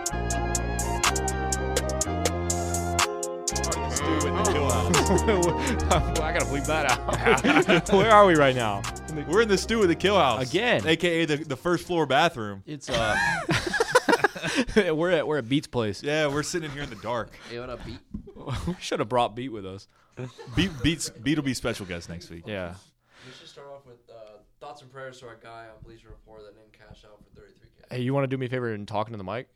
I gotta bleep that out. Where are we right now? We're in the stew of the kill house Again. aka the, the first floor bathroom. it's uh, we're at we're at Beat's place. Yeah, we're sitting in here in the dark. It would be We should have brought Beat with us. Beat, beats Beat will be special guest next week. Yeah. We should start off with uh, thoughts and prayers to our guy on Bleacher Report that didn't cash out for 33k. Hey, you want to do me a favor and talking to the mic?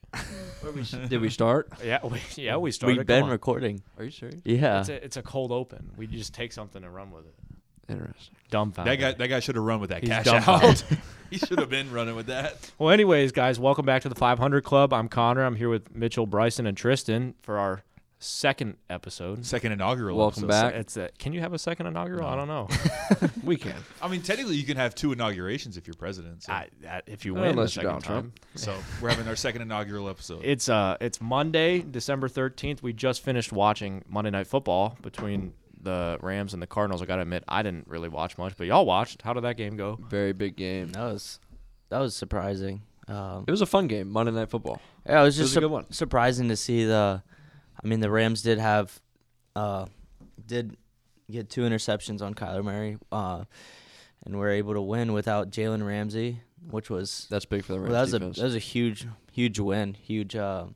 Did we start? Yeah, we, yeah, we started. We've come been on. recording. Are you serious? It's Yeah. a, it's a cold open. We just take something and run with it. Interesting. Dumbfounded. That guy that guy should have run with that He's cash out. dumbfounded. he should have been running with that. Well, anyways, guys, welcome back to the 500 Club. I'm Connor. I'm here with Mitchell, Bryson, and Tristan for our second episode. Second inaugural. Welcome episode. back. It's a, can you have a second inaugural? I don't know. We can. I mean, technically, you can have two inaugurations if you're president. So, I, that, if you Uh, win, unless the you're second time. Donald Trump. so we're having our second inaugural episode. It's uh, it's Monday, December 13th. We just finished watching Monday Night Football between the Rams and the Cardinals. I gotta admit, I didn't really watch much, but y'all watched. How did that game go? Very big game. That was that was surprising. Um, It was a fun game, Monday Night Football. yeah, it was it was just a sup- good one. surprising to see the. I mean, the Rams did have, uh, did get two interceptions on Kyler Murray, uh, and were able to win without Jalen Ramsey, which was That's big for the well, Rams that was a defense. that was a huge huge win, huge uh,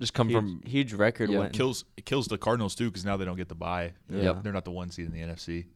Just come huge, from huge record Yeah, win. kills it kills the Cardinals too because now they don't get the bye. They're, Yeah. they're not the one seed in the NFC.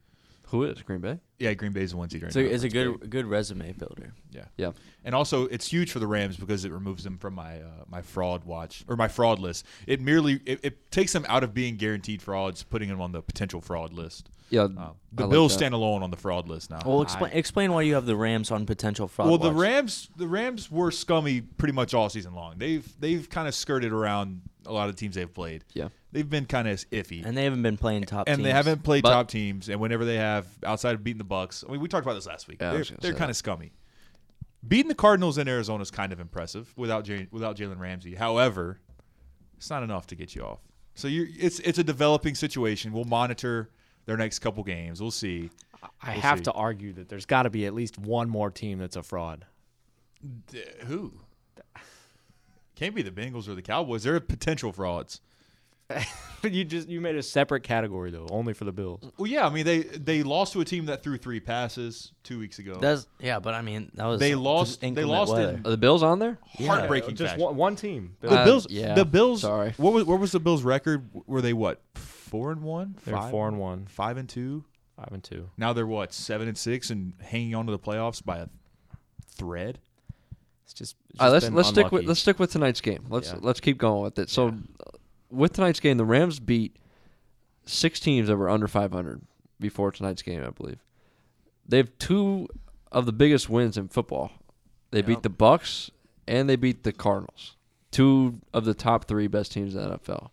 who is Green Bay? Yeah, Green Bay's the one seed right It's a, now. it's a That's good big. good resume builder. Yeah, Yeah. and also it's huge for the Rams because it removes them from my uh, my fraud watch or my fraud list. It merely it, it takes them out of being guaranteed frauds, putting them on the potential fraud list. Yeah. Um, the Oh, I like Bills that. stand alone on the fraud list now. Well, explain explain why you have the Rams on potential fraud. Well, the watch. Rams, the Rams were scummy pretty much all season long. They've they've kind of skirted around a lot of teams they've played. Yeah. they've been kind of iffy, and, and they haven't been playing top teams. they haven't played But- top teams. And whenever they have, outside of beating the Bucks, I mean, we talked about this last week. Yeah, I they're was gonna they're say kind of scummy. Beating the Cardinals in Arizona is kind of impressive without Jay, without Jalen Ramsey. However, it's not enough to get you off. So you it's it's a developing situation. We'll monitor their next couple games. We'll see. I We'll have see. to argue that there's got to be at least one more team that's a fraud. D- Uh, who? Can't be the Bengals or the Cowboys. They're potential frauds. you just you made a separate category though, only for the Bills. Well, yeah, I mean they they lost to a team that threw three passes two weeks ago. That's yeah, but I mean that was They just lost- they inclement lost weather. in- Are the Bills on there? heartbreaking. just fashion. one, one team. the Uh, Bills. yeah, the Bills. sorry. What was what was the Bills' record? Were they what four and one? They're Five- four and one, Five and two. five and two. Now they're what seven and six and hanging on to the playoffs by a thread. It's just, it's All just right, let's been let's stick with unlucky. let's stick with tonight's game. Let's Yeah. let's keep going with it. So, uh, with tonight's game, the Rams beat six teams that were under 500 before tonight's game, I believe. They have two of the biggest wins in football. They beat the Bucks and they beat the Cardinals, two of the top three best teams in the NFL.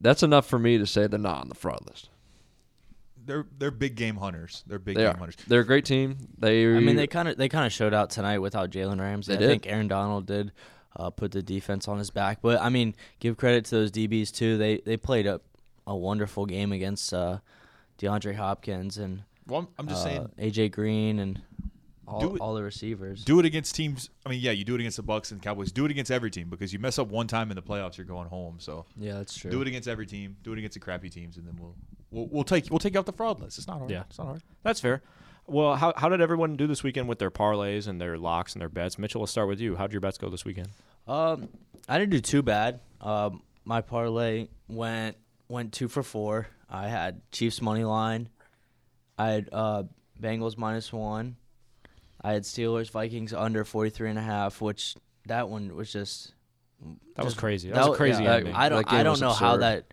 That's enough for me to say they're not on the fraud list. They're they're big game hunters. They're big They game are. hunters. They're a great team. They. I mean, they kind of they kind of showed out tonight without Jalen Ramsey. They I did. think Aaron Donald did uh, put the defense on his back, but I mean, give credit to those DBs too. They they played a a wonderful game against uh, DeAndre Hopkins and Well, I'm, I'm just uh, saying, AJ Green and Do all, it- all the receivers. do it against teams. I mean, yeah, you do it against the Bucks and Cowboys. Do it against every team because you mess up one time in the playoffs, you're going home. So yeah, that's true. Do it against every team. Do it against the crappy teams, and then we'll we'll, we'll take we'll take you off the fraud list. It's not hard. Yeah. it's not hard. That's fair. Well, how, how did everyone do this weekend with their parlays and their locks and their bets? Mitchell, let's start with you. How'd your bets go this weekend? Um, I didn't do too bad. Um, my parlay went went two for four. I had Chiefs money line. I had uh, Bengals minus one. I had Steelers Vikings under 43 and a half, which that one was just That was Just- crazy. That, that was wa- crazy. yeah, ending. I don't That game I don't was know how absurd. that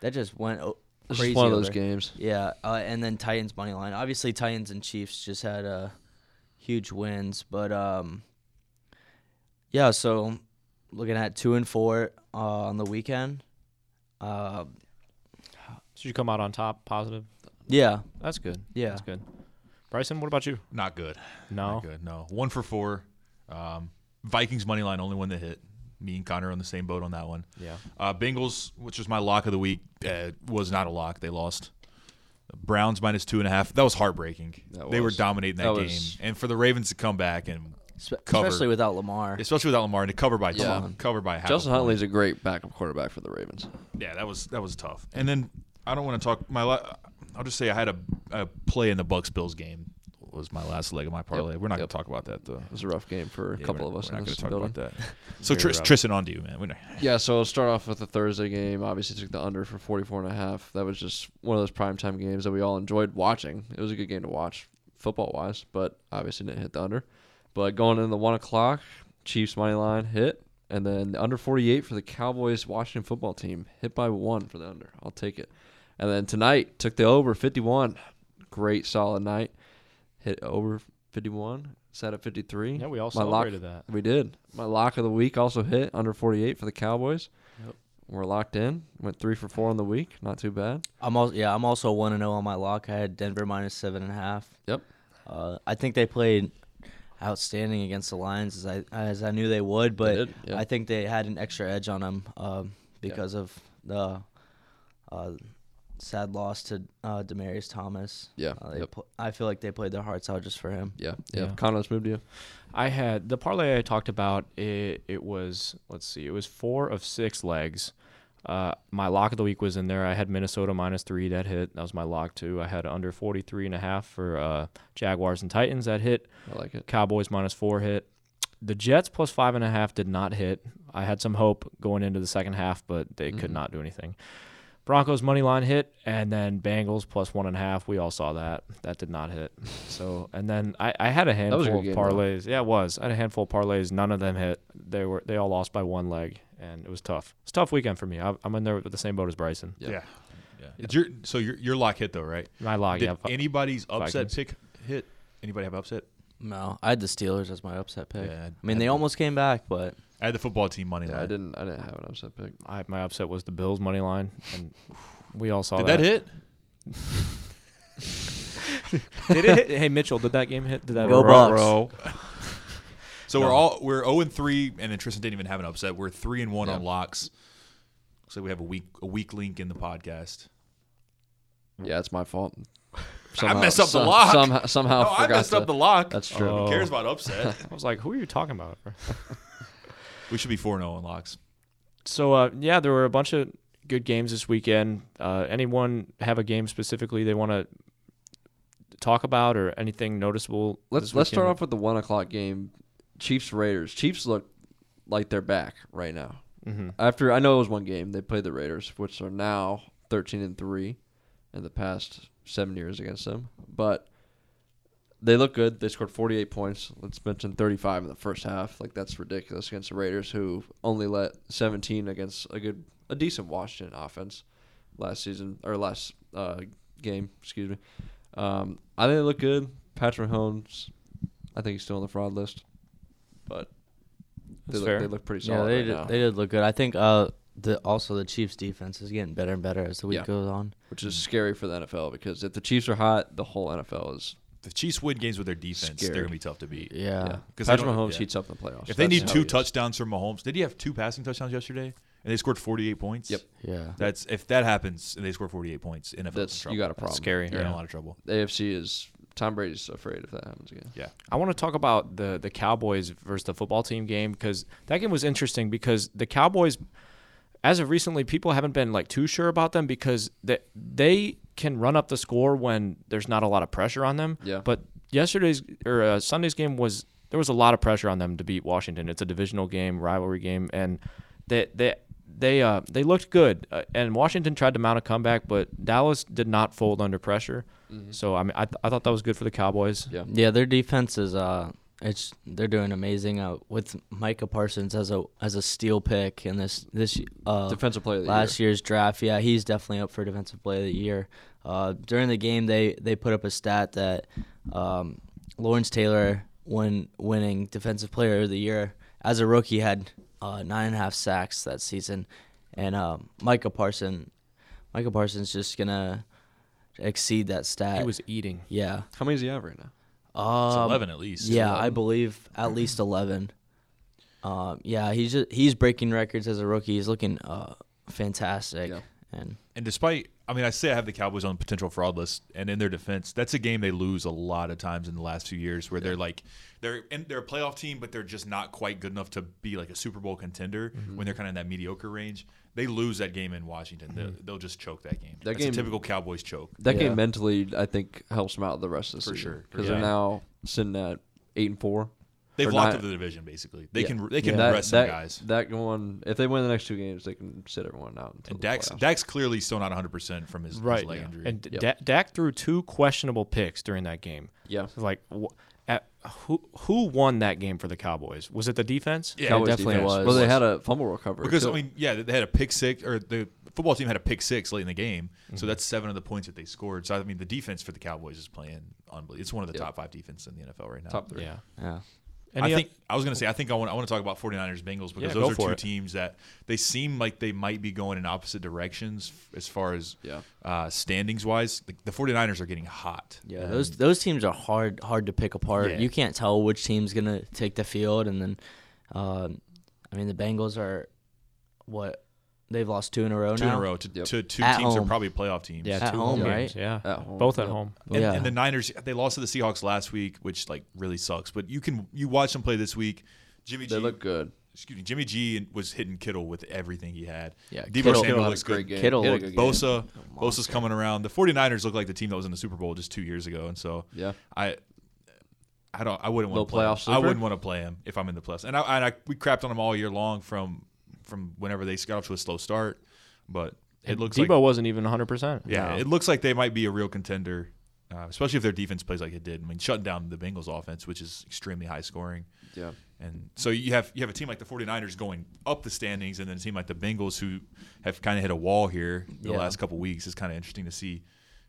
that just went o- It's crazy. just one of those over. games. Yeah, uh, and then Titans money line. Obviously, Titans and Chiefs just had uh, huge wins, but um, yeah. So looking at two and four uh, on the weekend. Uh, Did you come out on top positive? yeah, That's good. yeah. That's good. Bryson, what about you? Not good. No. Not good. No. One for four. Um, Vikings money line only one that hit. Me and Connor on the same boat on that one. Yeah. Uh, Bengals, which was my lock of the week, uh, was not a lock. They lost. Browns minus two and a half. That was heartbreaking. That They were was. dominating that, That game, was- and for the Ravens to come back and Spe- Cover. especially without Lamar. especially without Lamar and to cover by two, Yeah. cover by half. a Justin point. Huntley's a great backup quarterback for the Ravens. Yeah, that was that was tough. And then I don't want to talk my. La- I'll just say I had a, a play in the Bucks Bills game was my last leg of my parlay. We're not Yep. gonna talk about that though. It was a rough game for a Yeah, couple we're- of us we're in not this gonna talk building. about that. So Very Tris, rough. Tristan, on to you, man. We're not- Yeah, so I'll start off with the Thursday game. Obviously, took the under for 44 and a half. That was just one of those primetime games that we all enjoyed watching. It was a good game to watch football wise, but obviously didn't hit the under. But going in the one o'clock, Chiefs money line hit, and then the under 48 for the Cowboys Washington football team hit by one for the under. I'll take it. And then tonight took the over 51. Great solid night. Hit over 51. Set at 53. Yeah, we all My lock- celebrated that. we did. My lock of the week also hit under 48 for the Cowboys. Yep. We're locked in. Went three for four on the week. Not too bad. I'm also yeah, I'm also one and zero on my lock. I had Denver minus seven and a half. Yep. Uh, I think they played outstanding against the Lions as I as I knew they would, but did, yeah. I think they had an extra edge on them um, because of the uh, sad loss to uh, Demarius Thomas. Yeah, uh, they yep. pl- I feel like they played their hearts out just for him. Yeah. Yeah. Yeah. Condos moved you. I had the parlay I talked about. It, it was let's see, it was four of six legs. Uh, my lock of the week was in there. I had Minnesota minus three that hit. That was my lock too. I had under 43 and a half for uh, Jaguars and Titans that hit. I like it. Cowboys minus four hit. The Jets plus five and a half did not hit. I had some hope going into the second half, but they Mm-hmm. could not do anything. Broncos money line hit, and then Bengals plus one and a half. We all saw that. That did not hit. So, and then I, I had a handful was of a good game, though. parlays. Yeah, it was. I had a handful of parlays. None of them hit. They were they all lost by one leg, and it was tough. It's a tough weekend for me. I, I'm in there with the same boat as Bryson. Yeah. uh, Yeah. yeah. It's your, so your your lock hit though, right? My log, Did yeah. anybody's upset Vikings. pick hit? Anybody have upset? No, I had the Steelers as my upset pick. Yeah, I I'd- mean, I'd they do- almost came back, but I had the football team money Yeah, line. I didn't. I didn't have an upset pick. I, my upset was the Bills money line, and we all saw Did that, hit? did it hit? Hey Mitchell, did that game hit? Did that Go hit? Bucks. So we're all we're zero and three, and then Tristan didn't even have an upset. We're three and one Yeah. on locks. Looks like we have a weak a weak link in the podcast. Yeah, it's my fault. messed up the some- lock. Somehow, somehow No, Oh, I forgot messed up to- the lock. That's true. Oh. Who cares about upset? I was like, who are you talking about? we should be four and zero on locks. So uh, yeah, there were a bunch of good games this weekend. Uh, anyone have a game specifically they want to talk about or anything noticeable? Let's this let's start weekend? off with the one o'clock game. Chiefs Raiders. Chiefs look like they're back right now. Mhm. After I know it was one game, they played the Raiders, which are now thirteen and three in the past seven years against them. But they look good. They scored forty eight points. Let's mention thirty five in the first half. Like that's ridiculous against the Raiders, who only let seventeen against a good, a decent Washington offense last season or last uh, game. Excuse me. Um, I think they look good. Patrick Mahomes, I think he's still on the fraud list, but they That's look, fair. they look pretty yeah, solid they right did, now, they did look good. I think uh, the also the Chiefs defense is getting better and better as the week Yeah. goes on. which is scary for the NFL because if the Chiefs are hot, the whole NFL is. If the Chiefs win games with their defense, they're Scared. gonna be tough to beat. Yeah. yeah, 'Cause they Patrick don't- Mahomes yeah. heats up in the playoffs. If they That's need how two he is. touchdowns from Mahomes, did he have two passing touchdowns yesterday? And they scored 48 points. Yep. Yeah. That's if that happens and they score 48 points, NFL's in that's trouble. you got a That's problem. scary. You're in a Yeah. lot of trouble. The AFC is Tom Brady's afraid if that happens again. Yeah. I want to talk about the the Cowboys versus the football team game because that game was interesting because the Cowboys, as of recently, people haven't been like too sure about them because they they can run up the score when there's not a lot of pressure on them. Yeah. But yesterday's or uh, Sunday's game was there was a lot of pressure on them to beat Washington. It's a divisional game, rivalry game, and they they. They uh they looked good, uh, and Washington tried to mount a comeback, but Dallas did not fold under pressure. So I mean, I, th- I thought that was good for the Cowboys. Mm-hmm. Yeah. Yeah, their defense is uh, it's they're doing amazing uh, with Micah Parsons as a as a steal pick in this this uh Defensive player of the last year's draft. Yeah, he's definitely up for defensive player of the year. Uh, during the game, they they put up a stat that um, Lawrence Taylor, when winning defensive player of the year as a rookie, had uh, nine and a half sacks that season, and uh, Micah Parson, Micah Parsons just gonna exceed that stat. He was eating. yeah. How many does he have right now? It's Um, 11 at least. yeah, I believe at least eleven. Um, yeah, he's just, he's breaking records as a rookie. He's looking uh, fantastic. Yeah. And And despite I mean, I say I have the Cowboys on potential fraud list, and in their defense, that's a game they lose a lot of times in the last few years, where they're like they're in, they're a playoff team, but they're just not quite good enough to be like a Super Bowl contender Mm-hmm. when they're kind of in that mediocre range. They lose that game in Washington. They'll, they'll just choke that game. Mm-hmm. That that's game- a typical Cowboys choke. That Yeah. game mentally, I think, helps them out the rest of the For season sure. because Yeah. they're now sitting at eight and four. They've Or locked not- up the division basically. They Yeah. can they can Yeah. rest some that, guys. That one, if they win the next two games, they can sit everyone out. Until And the Dax playoffs. Dax clearly still not 100 percent from his, his Right. leg yeah. injury. And Yep. Da- Dak threw two questionable picks during that game. yeah, Like, wh- at, who who won that game for the Cowboys? Was it the defense? yeah, Cowboys it definitely defense was. Well, they had a fumble recovery Because too. I mean, yeah, they had a pick six, or the football team had a pick six late in the game, so that's seven of the points that they scored. So I mean, the defense for the Cowboys is playing unbelievable. It's one of the Yeah. top five defenses in the NFL right now. top three. Yeah. Yeah. Any I o- think I was gonna say I think I want I want to talk about 49ers Bengals because Yeah, go those are for two it. teams that they seem like they might be going in opposite directions f- as far as Yeah. uh, standings wise. The, the 49ers are getting hot. Yeah, And those those teams are hard hard to pick apart. Yeah. You can't tell which team's gonna take the field, and then, um, I mean, the Bengals are what they've lost two in a row two now. in a row to, Yep. to two At teams are home. probably playoff teams. yeah, at two home, games, right? Yeah. At home, Both at yeah. home. And, yeah, and the Niners, they lost to the Seahawks last week, which like really sucks. But you can you watch them play this week. Jimmy They G, look good. excuse me, Jimmy G was hitting Kittle with everything he had. Yeah, Debo Kittle- Samuel had a looks great good. game. Oh, Kittle He had a looked- good game. Bosa, Bosa's coming around. The 49ers look like the team that was in the Super Bowl just two years ago, and so Yeah. I. I don't. I wouldn't No want to play. playoff Him. I sleeper? wouldn't want to play him if I'm in the playoffs. And I, and I we crapped on him all year long from from whenever they got off to a slow start, but it looks Debo like wasn't even 100%. yeah, No. it looks like they might be a real contender, uh, especially if their defense plays like it did. I mean, shutting down the Bengals' offense, which is extremely high scoring, Yeah, and so you have you have a team like the 49ers going up the standings, and then a team like the Bengals who have kind of hit a wall here the Yeah. last couple weeks. It's kind of interesting to see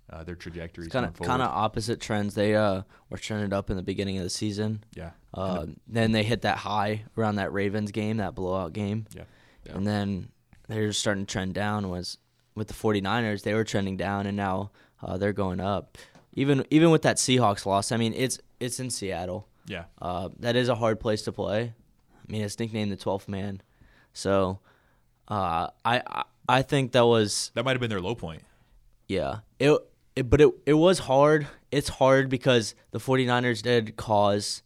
uh, their trajectories kind going of forward. kind of opposite trends. They uh were turning it up in the beginning of the season. yeah, Uh, then they hit that high around that Ravens game, that blowout game. yeah. And then they're starting to trend down was with the 49ers, they were trending down and now uh, they're going up. Even even with that Seahawks loss, I mean, it's it's in Seattle. Yeah, Uh, that is a hard place to play. I mean, it's nicknamed the 12th man. So uh, I, I I think that was that might have been their low point. yeah. It, it but it it was hard. It's hard because the 49ers did cause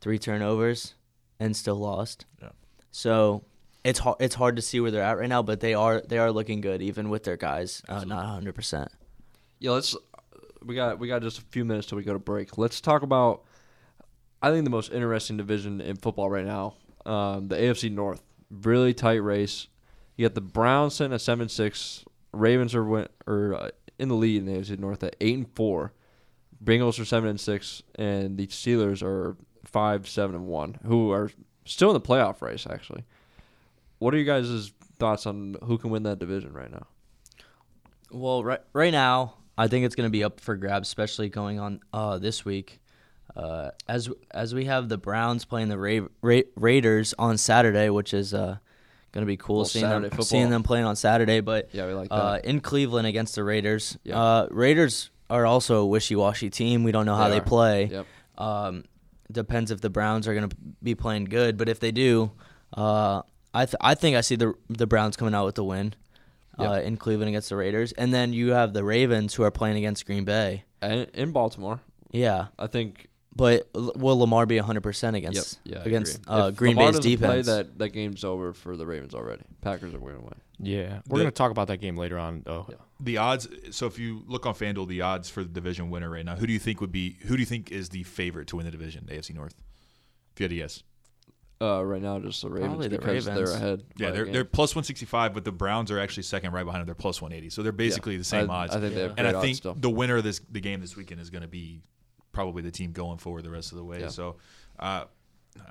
three turnovers and still lost. Yeah. So it's hard it's hard to see where they're at right now, but they are they are looking good even with their guys uh, not 100%. yeah. Let's. We got we got just a few minutes till we go to break. Let's talk about. I think the most interesting division in football right now, um, the AFC North, really tight race. You got the Browns sitting at seven six. Ravens are win, or uh, in the lead in the AFC North at eight and four. Bengals are seven and six, and the Steelers are five seven and one, who are still in the playoff race. Actually, what are you guys' thoughts on who can win that division right now? Well, right right now, I think it's going to be up for grabs, especially going on uh, this week. Uh, as as we have the Browns playing the Ra- Ra- Raiders on Saturday, which is uh, going to be cool Well, seeing Saturday them football. seeing them playing on Saturday. But Yeah, we like uh, that. in Cleveland against the Raiders. Yeah. Uh, Raiders are also a wishy washy team. We don't know how They they, are. play. Yep. Um, depends if the Browns are going to be playing good, but if they do, uh, I th- I think I see the the Browns coming out with the win uh, in Cleveland against the Raiders, and then you have the Ravens who are playing against Green Bay. And in Baltimore, Yeah, I think but l- will Lamar be 100 percent yep, against yeah, I against agree. uh, If Green Lamar Bay's doesn't play, defense? that that game's over for the Ravens already. Packers are going to win. Yeah. We're The- going to talk about that game later on, though. The odds. So if you look on Fanduel, the odds for the division winner right now, who do you think would be? Who do you think is the favorite to win the division, AFC North? If you had to guess, Uh, right now, just the Ravens Probably the because Ravens. they're ahead. by yeah, a they're game. they're plus 165, but the Browns are actually second, right behind them. They're plus 180, so they're basically Yeah. the same I, odds. I think they have and great I odds think still. the winner of this the game this weekend is going to be probably the team going forward the rest of the way. Yeah. So uh,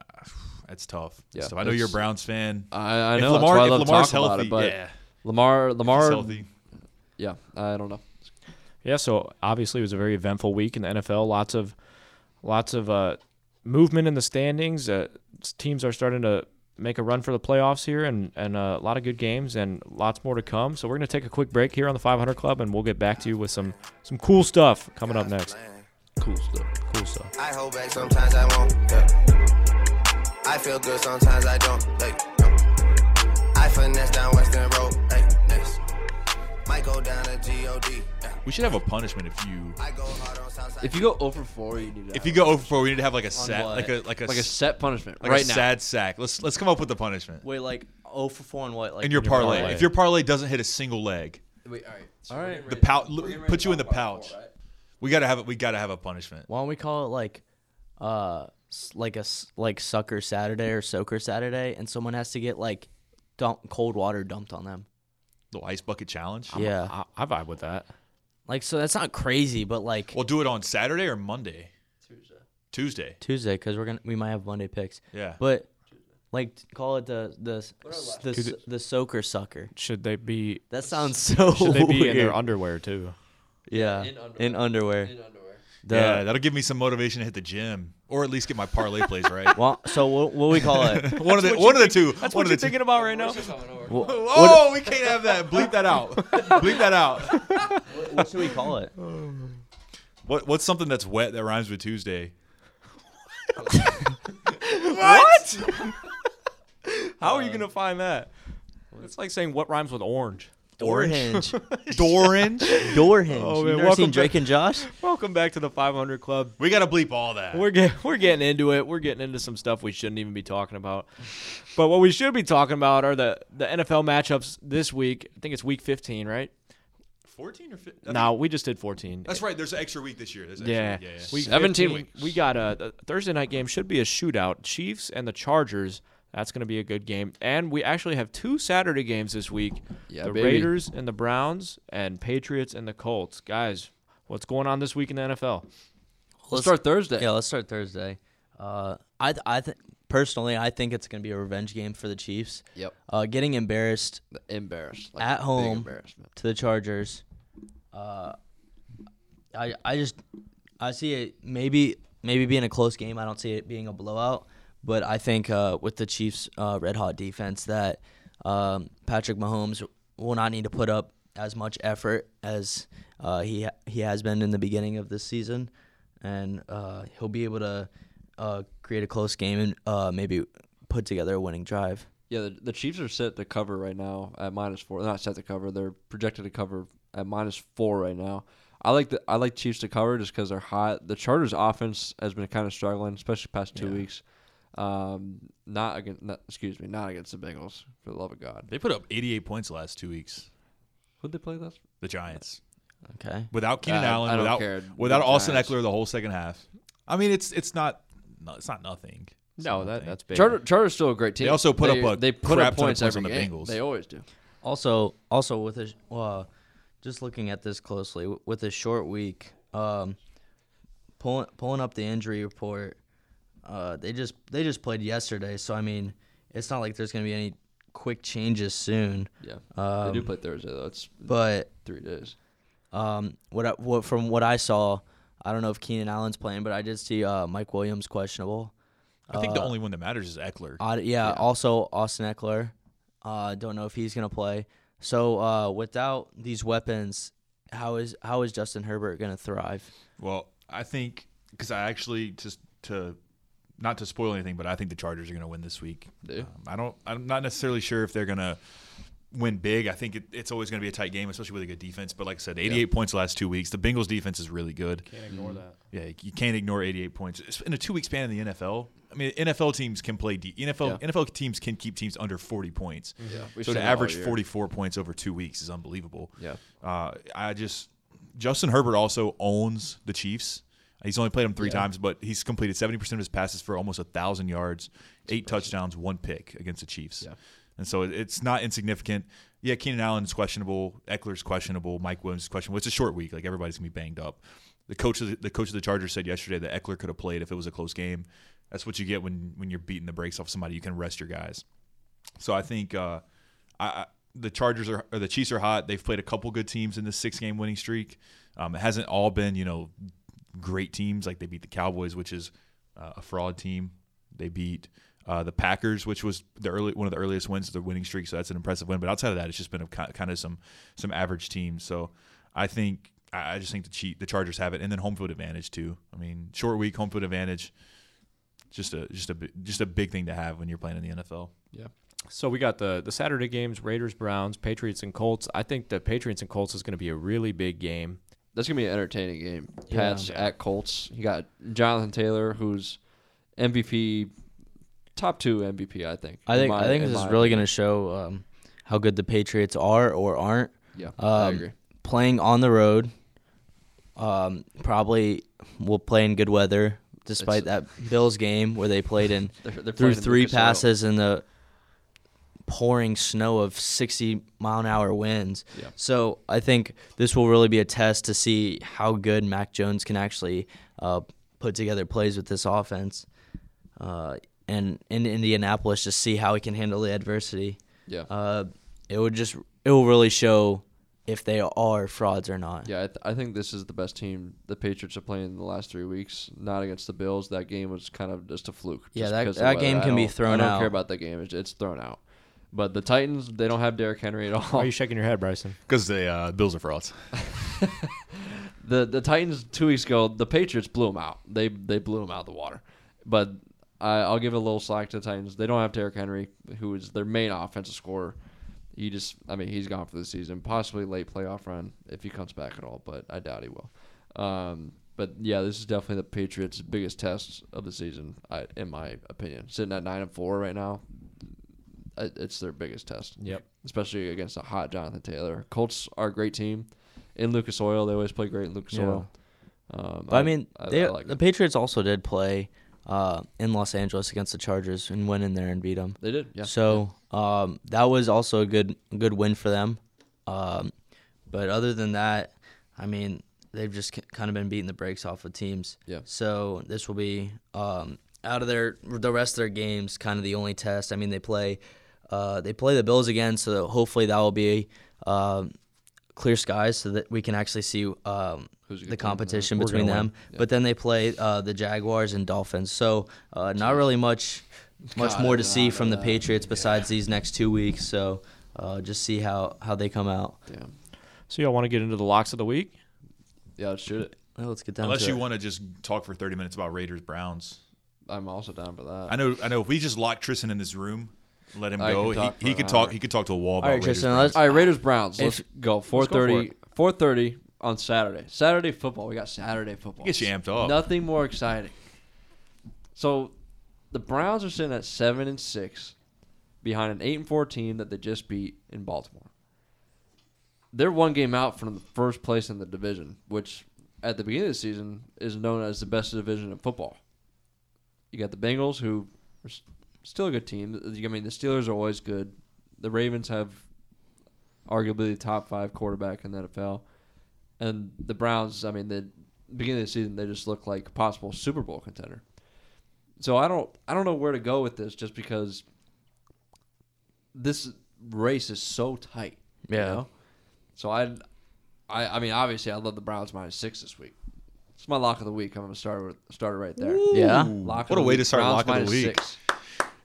that's tough. Yeah, So I know you're a it's- Browns fan. I, I if know Lamar, that's why I if love Lamar's talking healthy, about it, but yeah, Lamar, if he's Lamar, healthy. yeah, I don't know. Yeah, so obviously it was a very eventful week in the NFL. Lots of lots of uh, movement in the standings. Uh, s- teams are starting to make a run for the playoffs here, and and uh, a lot of good games and lots more to come. So we're gonna take a quick break here on the 500 Club, and we'll get back to you with some some cool stuff coming up next. Cool stuff. Cool stuff. I hold back sometimes I won't. Yeah. I feel good sometimes I don't. Like, yeah. I finesse down Western Road. Like, next. Might go down to G-O-D. Yeah. We should have a punishment if you I go hard on Southside. If you go over four, you need to. if you go over four. We need to have like a set, what? like a like a like a s- set punishment like right a now. sad sack. Let's let's come up with the punishment. Wait, like oh for four and what? Like in your parlay. parlay. if your parlay doesn't hit a single leg, Wait, all right. So All we're right. getting the ready- pouch we're getting ready put to you in the talk about pouch. football, right? We gotta have it. We gotta have a punishment. Why don't we call it like, uh, s- like a s- like sucker Saturday or soaker Saturday, and someone has to get like, dump cold water dumped on them. The ice bucket challenge. yeah, I, I vibe with that. like so that's not crazy, but like We'll do it on Saturday or Monday. Tuesday. Tuesday. Tuesday because we're gonna we might have Monday picks, Yeah. but like t- call it the the s- s- the s- the soaker sucker. Should they be? That sounds so Should they be in weird. their underwear too? yeah, In in underwear. underwear. In underwear. Duh. yeah, that'll give me some motivation to hit the gym or at least get my parlay plays right. Well, so what, what we call it? one of the one of the two. That's one of the two. about right now. Just coming over. What, Oh, we can't have that. Bleep that out. Bleep that out. what should we call it? What what's something that's wet that rhymes with Tuesday? How are you gonna find that? Uh, It's like saying what rhymes with orange. Orange. Dorange. Door hinge. Oh, man, you never welcome seen back. Drake and Josh? Welcome back to the 500 Club. We gotta bleep all that. We're get, we're getting into it. We're getting into some stuff we shouldn't even be talking about. But what we should be talking about are the the NFL matchups this week. I think it's week 15, right? Fourteen or fifteen? No, we just did 14. That's right. There's an extra week this year. There's an Yeah. Extra week. yeah, yeah. Week 17 weeks. We got a, the Thursday night game should be a shootout. Chiefs and the Chargers. That's going to be a good game. And we actually have two Saturday games this week. Yeah, the baby. Raiders and the Browns and Patriots and the Colts. Guys, what's going on this week in the NFL? Let's start Thursday. Yeah, let's start Thursday. Uh, I th- I think personally, I think it's gonna be a revenge game for the Chiefs. Yep. Uh, getting embarrassed Embarrassed. At big home. Embarrassment. to the Chargers. Uh, I I just I see it maybe maybe being a close game. I don't see it being a blowout, but I think uh, with the Chiefs' uh, red hot defense, that um, Patrick Mahomes will not need to put up as much effort as uh, he he has been in the beginning of this season, and uh, he'll be able to uh, create a close game and uh, maybe put together a winning drive. Yeah, the, the Chiefs are set to cover right now at minus four. They're not set to cover. They're projected to cover at minus four right now. I like the I like Chiefs to cover just because they're hot. The Chargers' offense has been kind of struggling, especially past two weeks. Um, not against, not, excuse me, not against the Bengals. For the love of God, They put up 88 points the last two weeks. who'd they play last? The Giants Okay. without Keenan Uh, Allen, I don't without care. without The Austin Giants. Eckler the whole second half. I mean, it's it's not no, it's not nothing. It's No, not that, nothing. that's big. Charter, Charter's still a great team. They also put They- up a they put up crap ton of points points every on the game. Bengals. They always do. Also, also with a sh- uh, just looking at this closely w- with a short week, um, pulling pulling up the injury report. Uh, they just they just played yesterday, so I mean, it's not like there's gonna be any quick changes soon. Yeah, Um, they do play Thursday though. It's But three days. um, what I, what from what I saw, I don't know if Keenan Allen's playing, but I did see uh, Mike Williams questionable. I think Uh, the only one that matters is Eckler. Uh, yeah, Also, Austin Eckler. Uh, don't know if he's gonna play. So uh, without these weapons, how is how is Justin Herbert gonna thrive? Well, I think because I actually just to not to spoil anything, but I think the Chargers are going to win this week. Do you? Um, I don't. I'm not necessarily sure if they're going to win big. I think it, it's always going to be a tight game, especially with a good defense. But like I said, 88 points the last two weeks. The Bengals defense is really good. Can't ignore that. Yeah, you can't ignore 88 points It's in a two week span in the NFL. I mean, NFL teams can play de- NFL NFL teams can keep teams under 40 points. Yeah, we've so seen to that all average year. 44 points over two weeks is unbelievable. Yeah. uh, I just Justin Herbert also owns the Chiefs. He's only played them three times, but he's completed 70 percent of his passes for almost a thousand yards, eight touchdowns, one pick against the Chiefs. Yeah. And so it- it's not insignificant. Yeah, Keenan Allen's questionable. Eckler's questionable. Mike Williams is questionable. It's a short week. Like everybody's gonna be banged up. The coach, of the, the coach of the Chargers said yesterday that Eckler could have played if it was a close game. That's what you get when when you're beating the brakes off somebody. You can rest your guys. So I think uh, I, I the Chargers are or the Chiefs are hot. They've played a couple good teams in this six game winning streak. Um, it hasn't all been you know great teams like they beat the Cowboys, which is uh, a fraud team. They beat uh, the Packers, which was the early one of the earliest wins of the winning streak. So that's an impressive win. But outside of that, it's just been a, ki- kind of some some average teams. So I think I I just think the cheat the Chargers have it, and then home field advantage too. I mean, short week home field advantage. Just a just a bi- just a big thing to have when you're playing in the NFL. Yeah. So we got the the Saturday games: Raiders, Browns, Patriots, and Colts. I think the Patriots and Colts is going to be a really big game. That's gonna be an entertaining game. Pats at Colts. You got Jonathan Taylor, who's MVP, top two MVP, I think. I in think my- I think in this is my really opinion. going to show um, how good the Patriots are or aren't. Yeah, I Um, agree. Playing on the road, um, probably will play in good weather, despite that Bills game where they played in They're- they're through playing in three Lucas Oil. passes in the pouring snow of 60 mile an hour winds. Yeah. So I think this will really be a test to see how good Mac Jones can actually uh, put together plays with this offense. Uh, and in Indianapolis, just see how he can handle the adversity. Yeah, Uh, it would just, it will really show if they are frauds or not. yeah. I, th- I think this is the best team the Patriots have played in the last three weeks. Not against the Bills. That game was kind of just a fluke. Yeah, just that- because of the that weather. game I can be don't- thrown I don't out. care about that game. It's, it's thrown out. But the Titans, they don't have Derrick Henry at all. Why are you shaking your head, Bryson? Because the uh, Bills are frauds. the the Titans two weeks ago, the Patriots blew them out. They they blew them out of the water. But I, I'll give a little slack to the Titans. They don't have Derrick Henry, who is their main offensive scorer. He just, I mean, he's gone for the season, possibly late playoff run if he comes back at all, but I doubt he will. Um, but yeah, this is definitely the Patriots' biggest test of the season, I, in my opinion. Sitting at nine and four right now, it- uh, it's their biggest test. Yep. Especially against a hot Jonathan Taylor. Colts are a great team. In Lucas Oil, they always play great in Lucas Yeah. Oil. Um, But I mean, they, like the them. Patriots also did play uh, in Los Angeles against the Chargers and went in there and beat them. They did. Yeah. So um, that was also a good good win for them. Um, but other than that, I mean, they've just kind of been beating the brakes off of teams. Yeah. So this will be um, out of their the rest of their games, kind of the only test. I mean, they play uh, they play the Bills again, so hopefully that will be. Um, Clear skies, so that we can actually see um, Who's a good team the and competition between them. But then they play uh, the Jaguars and Dolphins, so uh, not really much much more to see from the Patriots besides these next two weeks. So uh, just see how, how they come out. Damn. So y'all want to get into the locks of the week? Yeah, let's shoot it. Well, let's get down Unless to you it. want to just talk for 30 minutes about Raiders Browns. I'm also down for that. I know. I know. If we just lock Tristan in this room, let him I go. could talk He, he for could an talk. hour. He could talk to a wall about All right, Raiders Tristan, Browns. let's, All right, Raiders Browns. If- Let's go. Four thirty. Four thirty on Saturday. Saturday football. We got Saturday football. Get you amped up. Nothing more exciting. So, the Browns are sitting at seven and six, behind an eight and four team that they just beat in Baltimore. They're one game out from the first place in the division, which at the beginning of the season is known as the best division in football. You got the Bengals, who are s- still a good team. I mean, the Steelers are always good. The Ravens have arguably the top five quarterback in the NFL. And the Browns, I mean, the beginning of the season, they just look like a possible Super Bowl contender. So I don't, I don't know where to go with this, just because this race is so tight. you Yeah. know? So I, I, I mean, obviously, I love the Browns minus six this week. It's my lock of the week. I'm gonna start with start it right there. Yeah. Lock of What a the way week. to start Browns lock of the minus week. Six.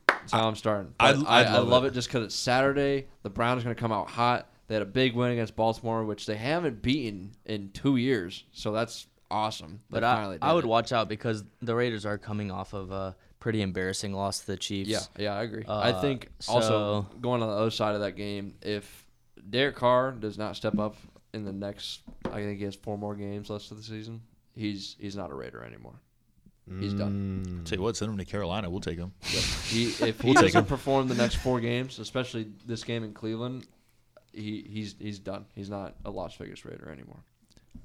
That's how I'm starting. I- I, I I, I love love it, just because it's Saturday. The Browns are going to come out hot. They had a big win against Baltimore, which they haven't beaten in two years. So that's awesome. They But I, finally did I would it. watch out because the Raiders are coming off of a pretty embarrassing loss to the Chiefs. Yeah, yeah, I agree. I think also so- going on the other side of that game, if Derek Carr does not step up in the next, I think he has four more games left of the season. He's he's not a Raider anymore. He's done. Tell you what, send him to Carolina. We'll take him. He, if he We'll take doesn't him. perform the next four games, especially this game in Cleveland, he, he's he's done. He's not a Las Vegas Raider anymore.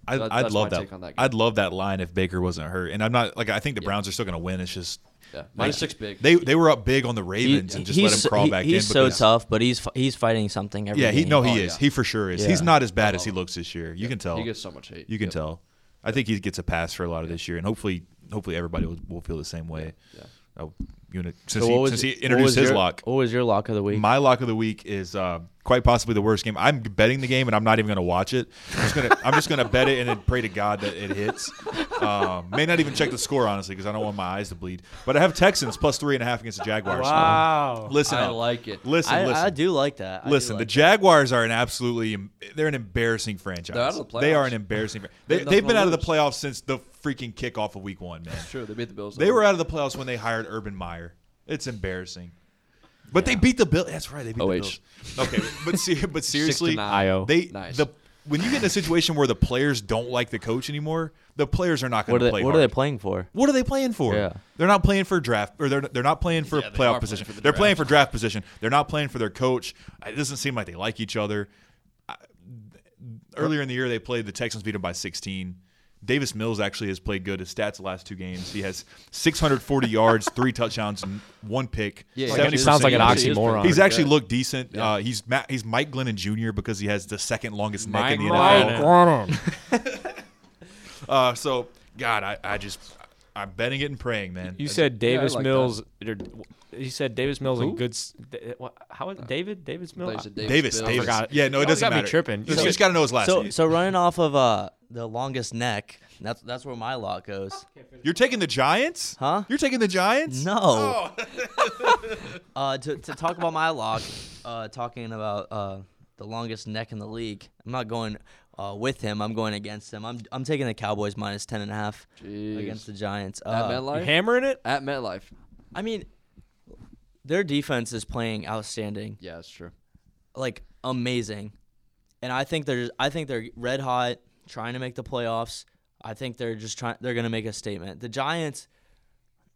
I, That- I'd that's love my that. take on that game. I'd love that line if Baker wasn't hurt. And I'm not like I think the Browns are still going to win. It's just Yeah, minus six big. they they were up big on the He- Ravens and just let he's- him crawl he- back in. He's so because- tough, but he's fi- he's fighting something every Yeah, he game. no, he Oh, is. yeah. He for sure is. Yeah. He's not as bad as he looks this year. You can tell. He gets so much hate. You can Yep. tell. I think he gets a pass for a lot of this year, and hopefully, hopefully everybody will, will feel the same way. Yeah. Oh, you know, since, So he, what was since he your- what introduced was his your- lock, What was your lock of the week? my lock of the week is uh, quite possibly the worst game. I'm betting the game, and I'm not even going to watch it. I'm just going to I'm just going to bet it and then pray to God that it hits. Um, may not even check the score honestly because I don't want my eyes to bleed. But I have Texans plus three and a half against the Jaguars. Wow. Listen, I up. like it. Listen, I, listen. I do like that. I do Listen, like the Jaguars are an absolutely they're an embarrassing franchise. They're out of the They are playoffs. an embarrassing. fran- They They, have they've nothing been to out of the lose. playoffs since the freaking kickoff of week one, man. Sure, they beat the Bills. They were out of the playoffs when they hired Urban Meyer. It's embarrassing. But they beat the Bill. That's right. They beat OH. the Bills. Okay, but ser- but seriously, nine. Io. they Nice. the when you get in a situation where the players don't like the coach anymore, the players are not going What to are they? play. What are hard. they playing for? What are they playing for? Yeah. They're not playing for draft, or they're they're not playing for Yeah, they are playoff playing position. for the they're draft. playing for draft position. They're not playing for their coach. It doesn't seem like they like each other. I- Earlier in the year, they played the Texans, beat them by 16. Davis Mills actually has played good. His stats the last two games, he has 640 yards, three touchdowns, and one pick. Yeah, Like, 70% it sounds like an accuracy. oxymoron. He's actually Yeah. looked decent. Uh, he's Ma- he's Mike Glennon Jr. because he has the second longest neck in the Mike NFL. Uh, so God, I, I just I'm betting it and praying, man. You said Davis like that. Mills. Or, he said Davis Mills Who? and good. s- th- eh, what- How is David? Davis Mills. Davis. Davis. Bills. forgot. Yeah, no, it Y'all doesn't got me matter. tripping. Oh, You So- just got to know his last So name. so running off of uh the longest neck. That's that's where my lot goes. You're taking the Giants? Huh? You're taking the Giants? No. uh, to, to talk about my lock, uh, talking about uh, the longest neck in the league. I'm not going uh, with him. I'm going against him. I'm I'm taking the Cowboys minus ten and a half against the Giants. At Uh, You MetLife. hammering it? At MetLife. I mean, their defense is playing outstanding, Yeah, that's true. like amazing, and I think they're I think they're red hot, trying to make the playoffs. I think they're just trying. They're gonna make a statement. The Giants,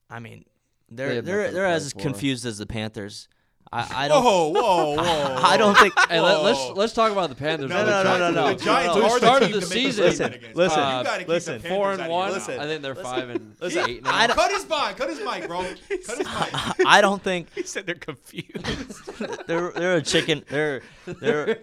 I mean, they're They they are have they nothing are to they're play as for. confused as the Panthers. I, I don't. Whoa, whoa, whoa. I don't think. Hey, let, let's let's talk about the Panthers. No, the no, no, no, no. Giants- The Giants who are the started team the to make a season. statement against. Listen, uh, you gotta keep listen. the four Panthers out of and one. your- I think they're five and Listen. eight now. I don't- Cut his mic. Cut his mic, bro. Cut his mic. I don't think He said they're confused. they're they're a chicken. They're they're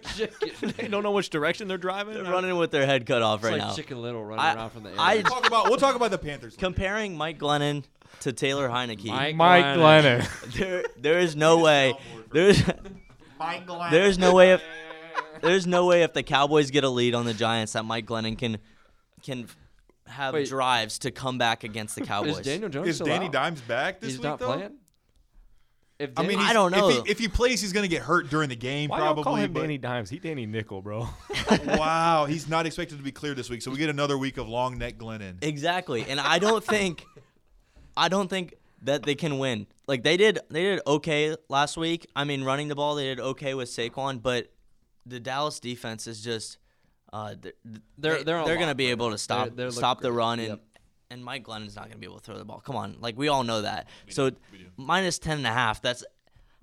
they don't know which direction they're driving. they're running with their head cut off It's right like now. Chicken Little running I- around from the air. I- Talk about, we'll talk about the Panthers. later. Comparing Mike Glennon to Taylor Heineke, Mike Glennon. there there is no way. There's Mike Glennon. there's no way if there's no way if the Cowboys get a lead on the Giants that Mike Glennon can can have Wait. drives to come back against the Is Cowboys. Daniel Jones Is still Danny out? Dimes back this He's week, not though? playing. If I mean, Danny- I he's- don't know. If he, if he plays, he's going to get hurt during the game, Why probably. don't call him but- Danny Dimes? He Danny Nickel, bro. wow, he's not expected to be cleared this week, so we get another week of long neck Glennon. Exactly, and I don't think, I don't think that they can win. Like they did, they did okay last week. I mean, running the ball, they did okay with Saquon, but the Dallas defense is just, uh, they're They're- they're, they're they're, on lock gonna be right able now. to stop They're- they're look stop the great. run and. Yep. And Mike Glennon's not going to be able to throw the ball. Come on, like we all know that. so minus ten and a half. That's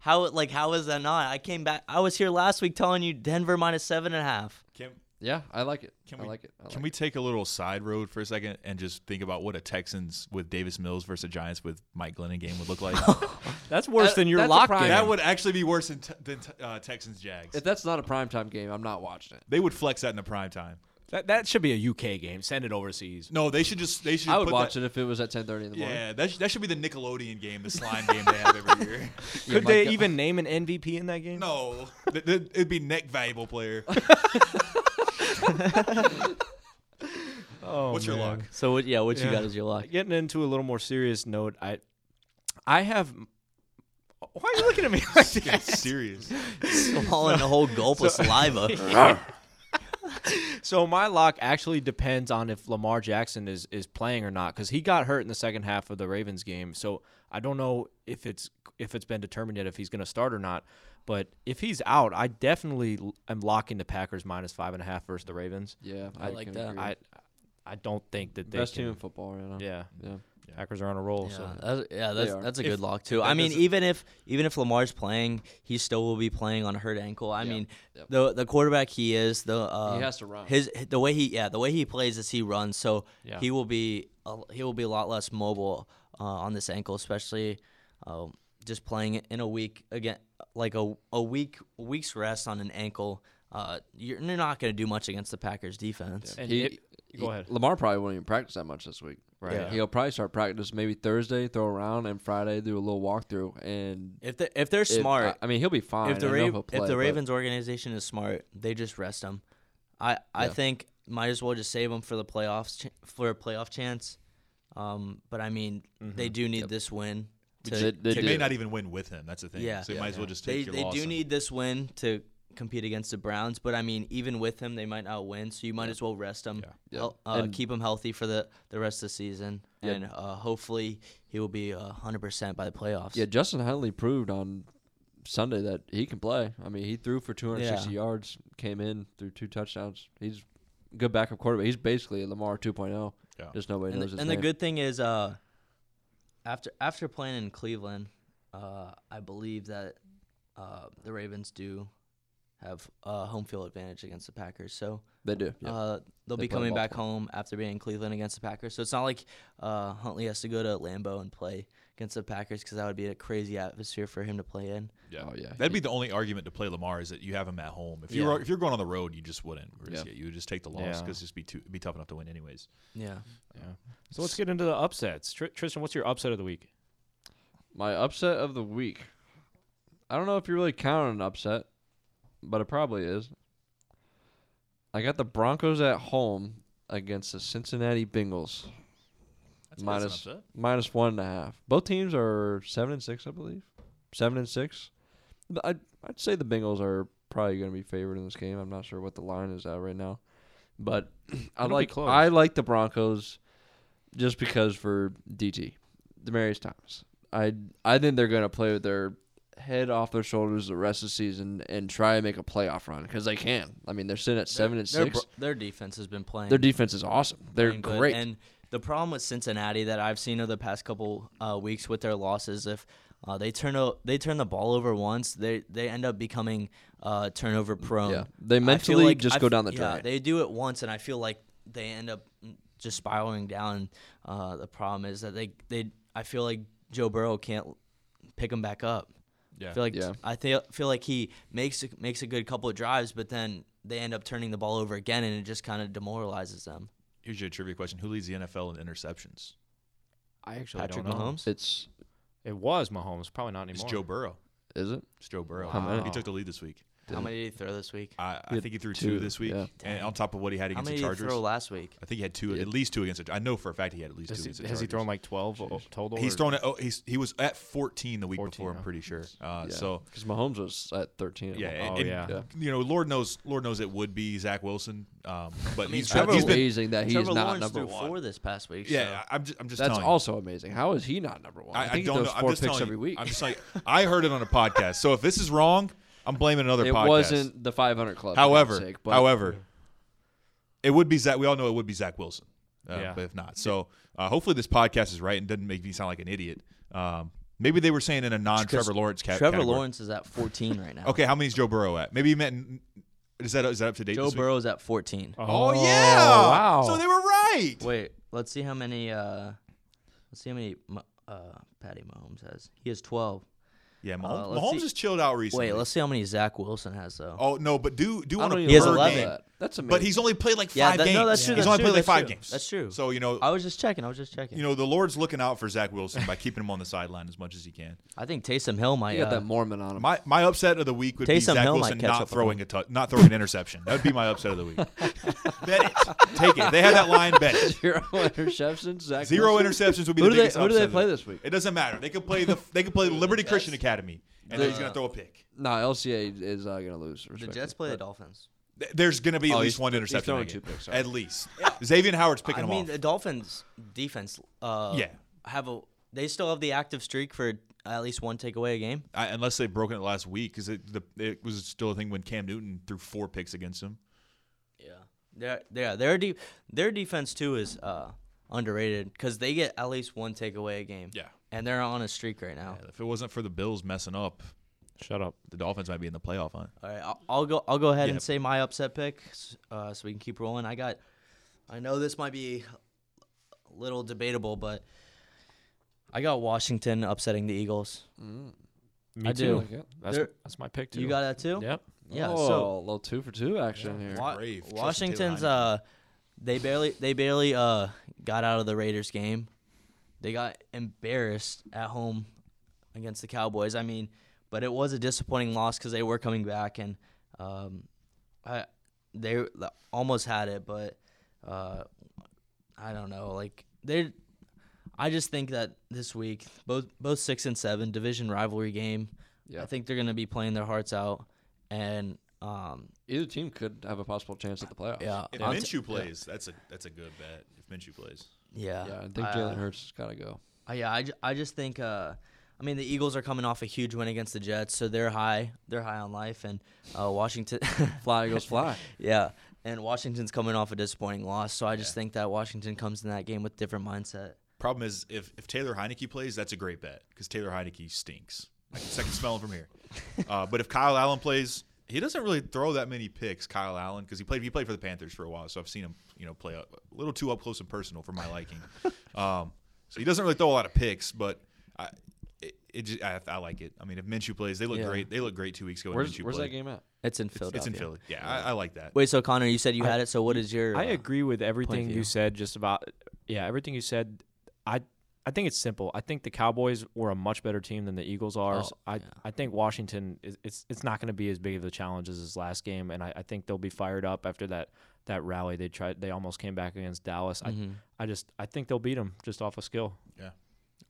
how. Like how is that not? I came back. I was here last week telling you Denver minus seven and a half. Can- yeah, I like it. Can I we, like it. I can like we take a little side road for a second and just think about what a Texans with Davis Mills versus Giants with Mike Glennon game would look like? That's worse That- than your that's a lock prime- game. that would actually be worse than, t- than t- uh, Texans Jags. it. If that's not a primetime game, I'm not watching it. they would flex that in the prime time. that, that should be a UK game. Send it overseas. No, they should just they should. I would put watch that, it if it was at 10:30 in the morning. Yeah, that, sh- that should be the Nickelodeon game, the slime game they have every year. Yeah, Could Mike they Glennon- even name an MVP in that game? No, Th- th- it'd be neck valuable player. Oh, Oh, What's your man. luck? So what? Yeah, what you Yeah. got is your luck. Getting into a little more serious note, I, I have. Why are you looking at me like that? It's serious. Swallowing a whole gulp of saliva. So my lock actually depends on if Lamar Jackson is is playing or not because he got hurt in the second half of the Ravens game. So I don't know if it's if it's been determined yet if he's going to start or not. But if he's out, I definitely l- am locking the Packers minus five and a half versus the Ravens. Yeah, I like can that. agree. I I don't think that they Best can, team in football right now. Yeah, yeah. Packers are on a roll. Yeah, So that's, yeah, that's, are. that's a If- good lock too. that I mean, doesn't- even if even if Lamar's playing, he still will be playing on a hurt ankle. I Yeah, mean, yep. the the quarterback he is, the uh, has to run. His the way he yeah the way he plays is he runs, so Yeah. he will be a, he will be a lot less mobile uh, on this ankle, especially um, just playing it in a week again like a a week a week's rest on an ankle. Uh, you're, you're not going to do much against the Packers defense. and He- it- go ahead. Lamar probably won't even practice that much this week. Right. Yeah. He'll probably start practice maybe Thursday, throw around, and Friday do a little walkthrough. And If they if they're it- smart, I, I mean, he'll be fine. if the, I know Ra- he'll play, if but the Ravens organization is smart, they just rest him. I I Yeah. think might as well just save him for the playoffs ch- for a playoff chance. Um, but I mean, Mm-hmm. they do need this win. To, they, they They do. may not even win with him. That's the thing. Yeah. so you Yeah. might as well just they take your they loss do and- need this win to compete against the Browns. But I mean, even with him, they might not win. So you might as well rest him. Yeah. hel- Yeah. Uh, And- keep him healthy for the, the rest of the season, and uh, hopefully he will be hundred uh, percent by the playoffs. Yeah, Justin Huntley proved on Sunday that he can play. I mean, he threw for 260 Yeah. yards, came in threw two touchdowns. He's a good backup quarterback. He's basically a Lamar oh. 2.0. Yeah. Just nobody and knows the, his and the name. good thing is, uh, after after playing in Cleveland, uh, I believe that uh, the Ravens do have a home field advantage against the Packers. So they do. Yeah. uh, they'll They be play coming back Baltimore. home after being in Cleveland against the Packers. So it's not like uh, Huntley has to go to Lambeau and play against the Packers because that would be a crazy atmosphere for him to play in. Yeah. Oh, yeah. That'd be the only argument to play Lamar is that you have him at home. If Yeah. you're if you're going on the road, you just wouldn't. risk Yeah. it. You would just take the loss Yeah. because it'd be too it'd be tough enough to win anyways. Yeah. Yeah. So let's get into the upsets. Tr- Tristan, what's your upset of the week? My upset of the week. I don't know if you really count on an upset, but it probably is. I got the Broncos at home against the Cincinnati Bengals. That's Minus- minus one and a half. Both teams are seven and six, I believe. Seven and six. Th- I'd I'd say the Bengals are probably going to be favored in this game. I'm not sure what the line is at right now, but I It'll be like close. I like the Broncos just because for DT, Demarius Thomas. I I think they're going to play with their head off their shoulders the rest of the season and try and make a playoff run because they can. I mean, they're sitting at seven and Their, six. bro- their defense has been playing. Their defense is awesome. They're playing good. great. And the problem with Cincinnati that I've seen over the past couple uh, weeks with their losses, if uh, they turn o- they turn the ball over once, they they end up becoming uh, turnover prone. Mm, Yeah. They I feel mentally just go down the yeah, drain. They do it once, and I feel like they end up mm, just spiraling down. Uh, the problem is that they they I feel like Joe Burrow can't pick them back up. Yeah. I feel like Yeah. I feel feel like he makes a- makes a good couple of drives, but then they end up turning the ball over again, and it just kind of demoralizes them. Here's your trivia question: Who leads the NFL in interceptions? I actually Patrick Mahomes. it's It was Mahomes, probably not anymore. It's Joe Burrow. is it? It's Joe Burrow. How many? He took the lead this week. How many did he throw this week? I, He I had think he threw two, two, this week, yeah. and on top of what he had How against many the did he Chargers. throw last week? I think he had two, Yeah. at least two against. The, I know for a fact he had at least two Has, he, against. the has he Chargers. thrown like 12 o- total? He's or- thrown at, oh he's he was at 14 the week 14, before I'm huh? pretty sure. Uh, Yeah. So because Mahomes was at 13. yeah, and, Oh, and, yeah. Yeah. you know Lord knows Lord knows it would be Zach Wilson, um, but mean, he's, Trevor he's That's been amazing that he Trevor is not Lawrence number threw one. four this past week. yeah. so- I'm just I'm just That's telling you. also amazing. How is he not number one? I, I think he don't throws know. four I'm just picks telling every you. week. I'm just like I heard it on a podcast. So if this is wrong, I'm blaming another it podcast. wasn't the 500 club. for However, God's sake, but however, it would be Zach. We all know it would be Zach Wilson, uh, Yeah. but if not, so uh, hopefully this podcast is right and doesn't make me sound like an idiot. Um, maybe they were saying in a non-Trevor Lawrence ca- Trevor category. Lawrence is at 14 right now. Okay, how many's Joe Burrow at? Maybe you meant is that is that up to date? Joe this week? Burrow's at 14. Oh, yeah! Wow. So they were right. Wait, let's see how many. Uh, let's see how many Mo- uh, Patty Mahomes has. He has 12. Yeah, Uh, Mahomes, let's Mahomes see. has chilled out recently. Wait, let's see how many Zach Wilson has though. Oh no, but do do I on a don't per even He has know 11. game. that. That's amazing. But he's only played like Yeah, five that- games. no, that's true, He's that's only true, played like that's five true, games. that's true. So you know, I was just checking. I was just checking. you know, the Lord's looking out for Zach Wilson by keeping him on the sideline as much as he can. I think Taysom Hill might. he got uh, that Mormon on him. My my upset of the week would be Taysom Zach Hill might Wilson catch not up with throwing a tou- not throwing an interception. That would be my upset of the week. bet it, take it. They had that line. Bet it. Zero interceptions. Zach Zero Wilson. interceptions would be Who the do they- biggest who do they upset of the play this week? It doesn't matter. They could play the they could play the Liberty Christian Academy, and Uh, then he's gonna throw a pick. No, LCA is uh, gonna lose. the respectfully. Jets play the But Dolphins. Th- There's gonna be at Oh, least he's- one he's interception. throwing that two game. picks, sorry. At least. Xavier Howard's picking I him mean, off. the Dolphins defense. Uh, Yeah. Have a. They still have the active streak for at least one takeaway a game. I, unless they've broken it last week, because it, the- it was still a thing when Cam Newton threw four picks against him. Yeah, their their their de- their defense too is uh, underrated because they get at least one takeaway a game. Yeah. and they're on a streak right now. If it wasn't for the Bills messing up, Shut up. the Dolphins might be in the playoff hunt. All right, I'll, I'll go. I'll go ahead Yeah. and say my upset pick, s- uh, so we can keep rolling. I got. I know this might be a little debatable, but I got Washington upsetting the Eagles. Me too. I do. mm, Like it. That's, They're- that's my pick too. You got that too. Yep. Yeah. oh, a so little two for two action here. Wa- brave. Justin Washington's Taylor uh, they barely they barely uh got out of the Raiders game. They got embarrassed at home against the Cowboys. I mean, but it was a disappointing loss because they were coming back and um, I they l- almost had it, but uh, I don't know. Like they, I just think that this week both both six and seven division rivalry game. Yeah. I think they're gonna be playing their hearts out and. Um, Either team could have a possible chance at the playoffs. yeah, If I'll t- Minshew plays, that's a that's a good bet. If Minshew plays, Yeah. Uh, Yeah, I think Jalen Hurts has got to go. Uh, yeah, I, ju- I just think uh, I mean, the Eagles are coming off a huge win against the Jets, so they're high. They're high on life, and uh, Washington. Fly Eagles fly. yeah, and Washington's coming off a disappointing loss, so I just think that Washington comes in that game with different mindset. Problem is, if, if Taylor Heineke plays, that's a great bet because Taylor Heineke stinks. I can second smell him from here. Uh, but if Kyle Allen plays, he doesn't really throw that many picks. Kyle Allen because he played he played for the Panthers for a while, so I've seen him you know play a, a little too up close and personal for my liking. um, so he doesn't really throw a lot of picks, but I it, it just, I, I like it. I mean, if Minshew plays, they look Yeah. great. They look great two weeks ago. when Where's Minshew where's that played. game at? It's in It's, Philadelphia. it's in Philly. Yeah, I, I like that. Wait, so Connor, you said you had it. So what is your? I uh, agree with everything view. you said. Just about yeah, everything you said. I I think it's simple. I think the Cowboys were a much better team than the Eagles are. Oh, So I yeah. I think Washington is it's it's not going to be as big of a challenge as his last game, and I, I think they'll be fired up after that that rally they tried. They almost came back against Dallas. Mhm. I I just I think they'll beat them just off of skill.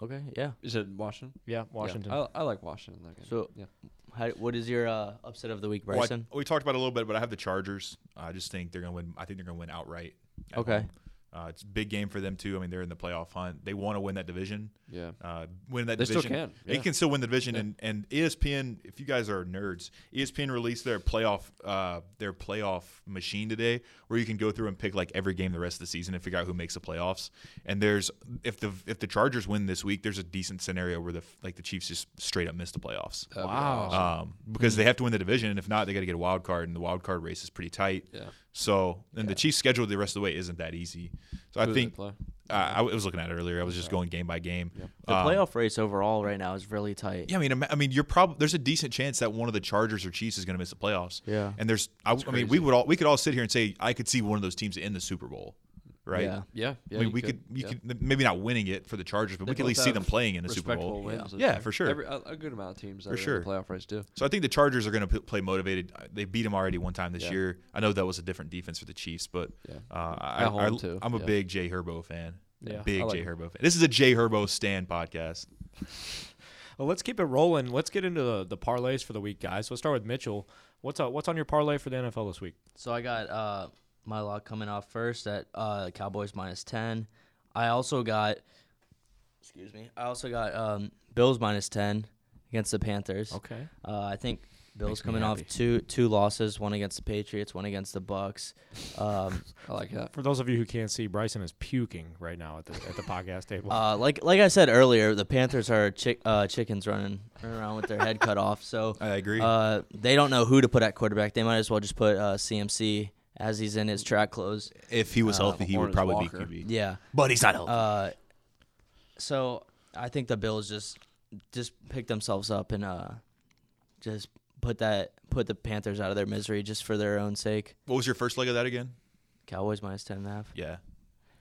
Okay, yeah. Is it Washington? Yeah, Oh, Washington. Yeah. I, I like Washington. in That game. So- yeah. How, what is your uh, upset of the week, Well, I- Bryson? we talked about it a little bit, but I have the Chargers. I just think they're gonna win. I think they're gonna win outright. at Okay. home. Uh, it's a big game for them too. I mean, they're in the playoff hunt. They want to win that division. Yeah. Uh, win that They still division. can, They yeah. can still win the division. And, and E ESPN, if you guys are nerds, E ESPN released their playoff uh, their playoff machine today, where you can go through and pick like every game the rest of the season and figure out who makes the playoffs. And there's if the if the Chargers win this week, there's a decent scenario where the like the Chiefs just straight up miss the playoffs That'd be Wow. awesome. um, because they have to win the division. And if not, they got to get a wild card, and the wild card race is pretty tight. Yeah. So, and the Chiefs' schedule the rest of the way isn't that easy. So Who I do they think uh, play? I was looking at it earlier. I was just going game by game. The Um, playoff race overall right now is really tight. Yeah, I mean, ima- I mean, you're probably there's a decent chance that one of the Chargers or Chiefs is going to miss the playoffs. Yeah. And there's, I, I mean, we would all we could all sit here and say I could see one of those teams in the Super Bowl, right? Yeah. Yeah. yeah I mean, you we could, you yeah. could maybe not winning it for the Chargers, but we could at both least see have them playing in the Super respectable Bowl. Wins Yeah, for sure. Every, a, a good amount of teams that For are sure. in the playoff race do. So I think the Chargers are going to play motivated. They beat them already one time this Yeah. year. I know that was a different defense for the Chiefs, but Yeah. uh, I, At home, I, too. I'm a Yeah. big Jay Herbo fan. Yeah, big I like Jay him. Herbo fan. This is a Jay Herbo stand podcast. Well, let's keep it rolling. Let's get into the, the parlays for the week, guys. Let's start with Mitchell. What's uh, what's on your parlay for the NFL this week? So I got uh, my lock coming off first at uh, Cowboys minus ten. I also got, excuse me, I also got um, Bills minus ten against the Panthers. Okay. Uh, I think Bills Makes me coming off happy. two two losses, one against the Patriots, one against the Bucks. Um, I like that. For those of you who can't see, Bryson is puking right now at the at the podcast table. uh, like like I said earlier, the Panthers are chick, uh, chickens running, running around with their head cut off. So I agree. uh, they don't know who to put at quarterback. They might as well just put uh, CMC as he's in his track clothes. if he was uh, healthy, he would Lawrence probably Walker. be QB. Yeah. But he's not healthy. Uh, so I think the Bills just just pick themselves up and uh, just put that put the Panthers out of their misery just for their own sake. what was your first leg of that again? Cowboys minus ten and a half, Yeah,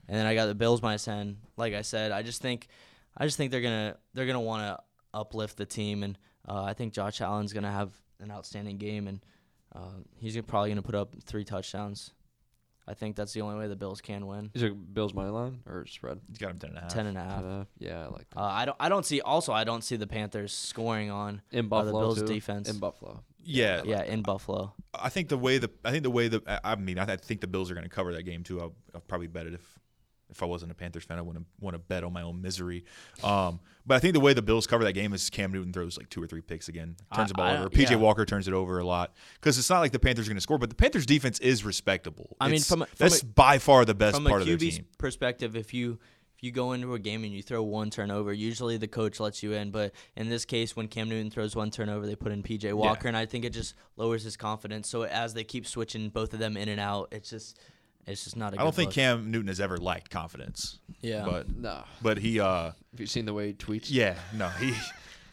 and then I got the Bills minus ten. Like I said, I just think I just think they're gonna they're gonna want to uplift the team, and uh, I think Josh Allen's gonna have an outstanding game, and uh, he's gonna- probably gonna put up three touchdowns. I think that's the only way the Bills can win. Is it Bills money line or spread? he's got him ten and a half. Ten and a half. Uh, yeah, I like that. Uh, I don't. I don't see. Also, I don't see the Panthers scoring on. in uh, the Buffalo, Bills' too. defense. In Buffalo, yeah, uh, yeah, in Buffalo. I think the way the I think the way the I I mean I, I think the Bills are going to cover that game too. I'll, I'll probably bet it if if I wasn't a Panthers fan, I wouldn't want to bet on my own misery. Um, but I think the way the Bills cover that game is Cam Newton throws like two or three picks again, turns the ball I- over. PJ yeah. Walker turns it over a lot because it's not like the Panthers are going to score, but the Panthers defense is respectable. I mean, It's- from a- from that's a- by far the best From a part of their QB's team. perspective, if you if you go into a game and you throw one turnover, usually the coach lets you in. But in this case, when Cam Newton throws one turnover, they put in PJ Walker, and I think it just lowers his confidence. So as they keep switching both of them in and out, it's just it's just not. I I don't think Cam Newton has ever lacked confidence. Yeah. but no. but he uh Um, Have you seen the way he tweets? yeah no he.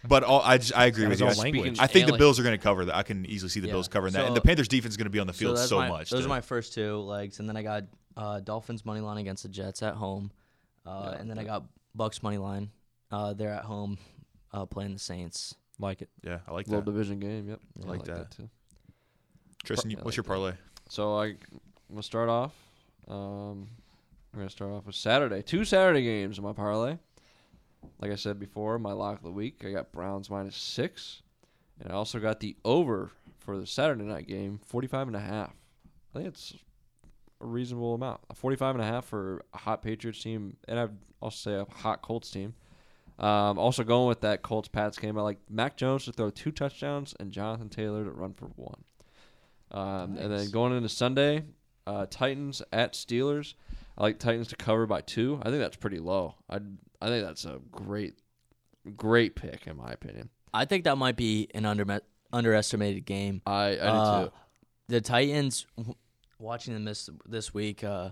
But all, I, just, I agree Got with his you. own I- language. I think And, the like- Bills are going to cover that. I can easily see the Yeah. Bills covering that, and So- the Panthers defense is going to be on the field so, that's my- much. Those that- are my first two legs, and then I got uh, Dolphins money line against the Jets at home, uh, and then I got Bucks money line. Uh, they're at home uh, playing the Saints. like it. yeah, I like Little that. division game. Yep. I like that. too. Tristan, you- I what's your like parlay? So I, I'm gonna start off. Um, we're gonna start off with Saturday. Two Saturday games in my parlay. Like I said before, my lock of the week. I got Browns minus six, and I also got the over for the Saturday night game, 45 and a half. I think it's a reasonable amount. 45 and a half for a hot Patriots team, and I'd also say a hot Colts team. Um, also going with that Colts Pats game, I like Mac Jones to throw two touchdowns and Jonathan Taylor to run for one. Um, And then going into Sunday, uh, Titans at Steelers. I like Titans to cover by two. I think that's pretty low. I I think that's a great, great pick in my opinion. I think that might be an under, underestimated game. I I do Uh, too. The Titans, w- watching them this this week, uh,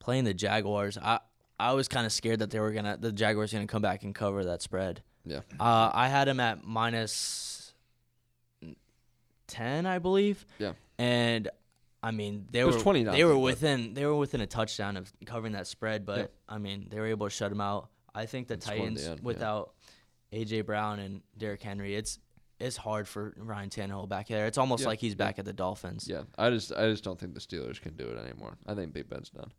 playing the Jaguars. I I was kind of scared that they were gonna the Jaguars gonna come back and cover that spread. Yeah. Uh, I had them at minus ten, I believe. Yeah. And I mean, they was were 20 They were nothing, but- within they were within a touchdown of covering that spread, but Yeah. I mean, they were able to shut them out. I think the scored in the Titans end, yeah. without AJ Brown and Derrick Henry, it's it's hard for Ryan Tannehill back there. It's almost Yeah, like he's yeah. back at the Dolphins. Yeah, I just I just don't think the Steelers can do it anymore. I think Big Ben's done.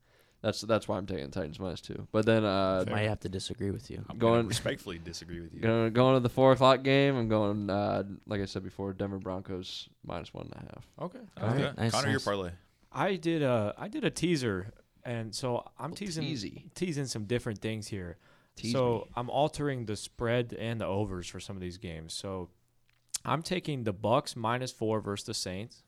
That's that's why I'm taking Titans minus two. But then uh, Might have to disagree with you. I'm Going- going to respectfully disagree with you. Going, going to the four o'clock game. I'm going, uh, like I said before, Denver Broncos minus one and a half. Okay. All right, nice, Connor, your nice. parlay. I did a I did a teaser, and so I'm Well, Oh, teasing teasy. teasing some different things here. Tease so I'm altering the spread and the overs for some of these games. So I'm taking the Bucks minus four versus the Saints.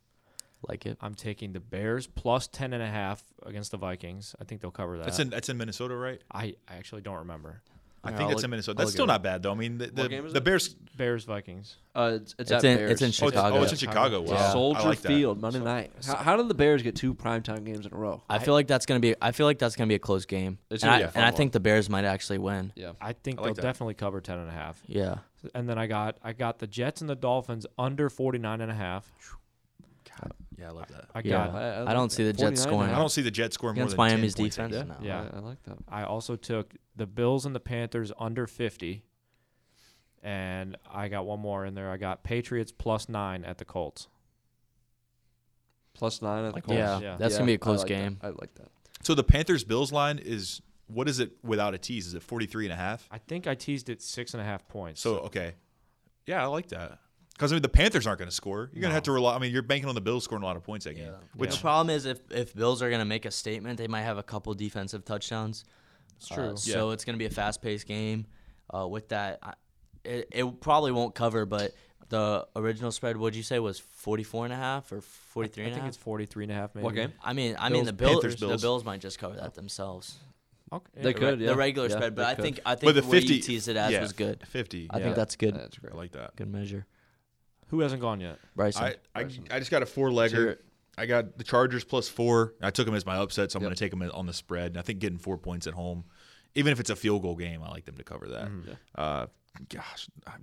Like it. I'm taking the Bears plus ten and a half against the Vikings. I think they'll cover that. That's in that's in Minnesota, right? I, I actually don't remember I Uh, Yeah, think it's I'll in look- Minnesota. I'll That's look still it not up. bad though. I mean, the the, What game is the it? Bears. Bears Vikings. Uh, it's, it's, It's at in- Bears. it's in Oh, it's, Chicago. oh, it's in Chicago. Chicago. Wow. Yeah. Soldier I like that. Field Monday night. How, how did the Bears get two primetime games in a row? I feel like that's gonna be. I feel like that's gonna be a close game. It's and gonna I, be a fun and I one. think the Bears might actually win. Yeah, I think I like that. they'll definitely cover ten and a half. Yeah. And then I got I got the Jets and the Dolphins under forty nine and a half. Yeah, I love that. I Yeah. got I don't see the Jets 49 scoring. I don't see the Jets scoring more Against than Miami's 10 points. defense. Yeah, No. Yeah. I, I like that. I also took the Bills and the Panthers under 50. And I got one more in there. I got Patriots plus nine at the Colts. Plus nine at the Like Colts. Yeah, Yeah. that's Yeah, gonna be I a close like that. game. I like that. So the Panthers Bills line is what is it without a tease? Is it 43 and a half? I think I teased it six and a half points. So okay, yeah, I like that. Because I mean, the Panthers aren't going to score. You're going to have to rely. I mean, you're banking on the Bills scoring a lot of points that game. Which the problem is if if Bills are gonna make a statement, they might have a couple defensive touchdowns. It's true. So it's gonna be a fast paced game. Uh, with that, I, it, it probably won't cover. But the original spread, would you say was 44 and a half or 43 I and a think half? it's 43 and a half maybe. What game? I mean, I mean the Bills, Bills, Panthers, Bills. the Bills might just cover that themselves. Okay. They The could. Re- yeah. The regular Yeah, spread, but they I could. think I But think the where 50 you teased it as yeah, was good. 50. I Yeah. think that's good. That's great. I like that. Good measure, re- Who hasn't gone yet? Bryson. I, I, I just got a four legger. I got the Chargers plus four. I took them as my upset, so I'm Yep. going to take them on the spread. And I think getting four points at home, even if it's a field goal game, I like them to cover that. Mm-hmm. Uh, gosh, I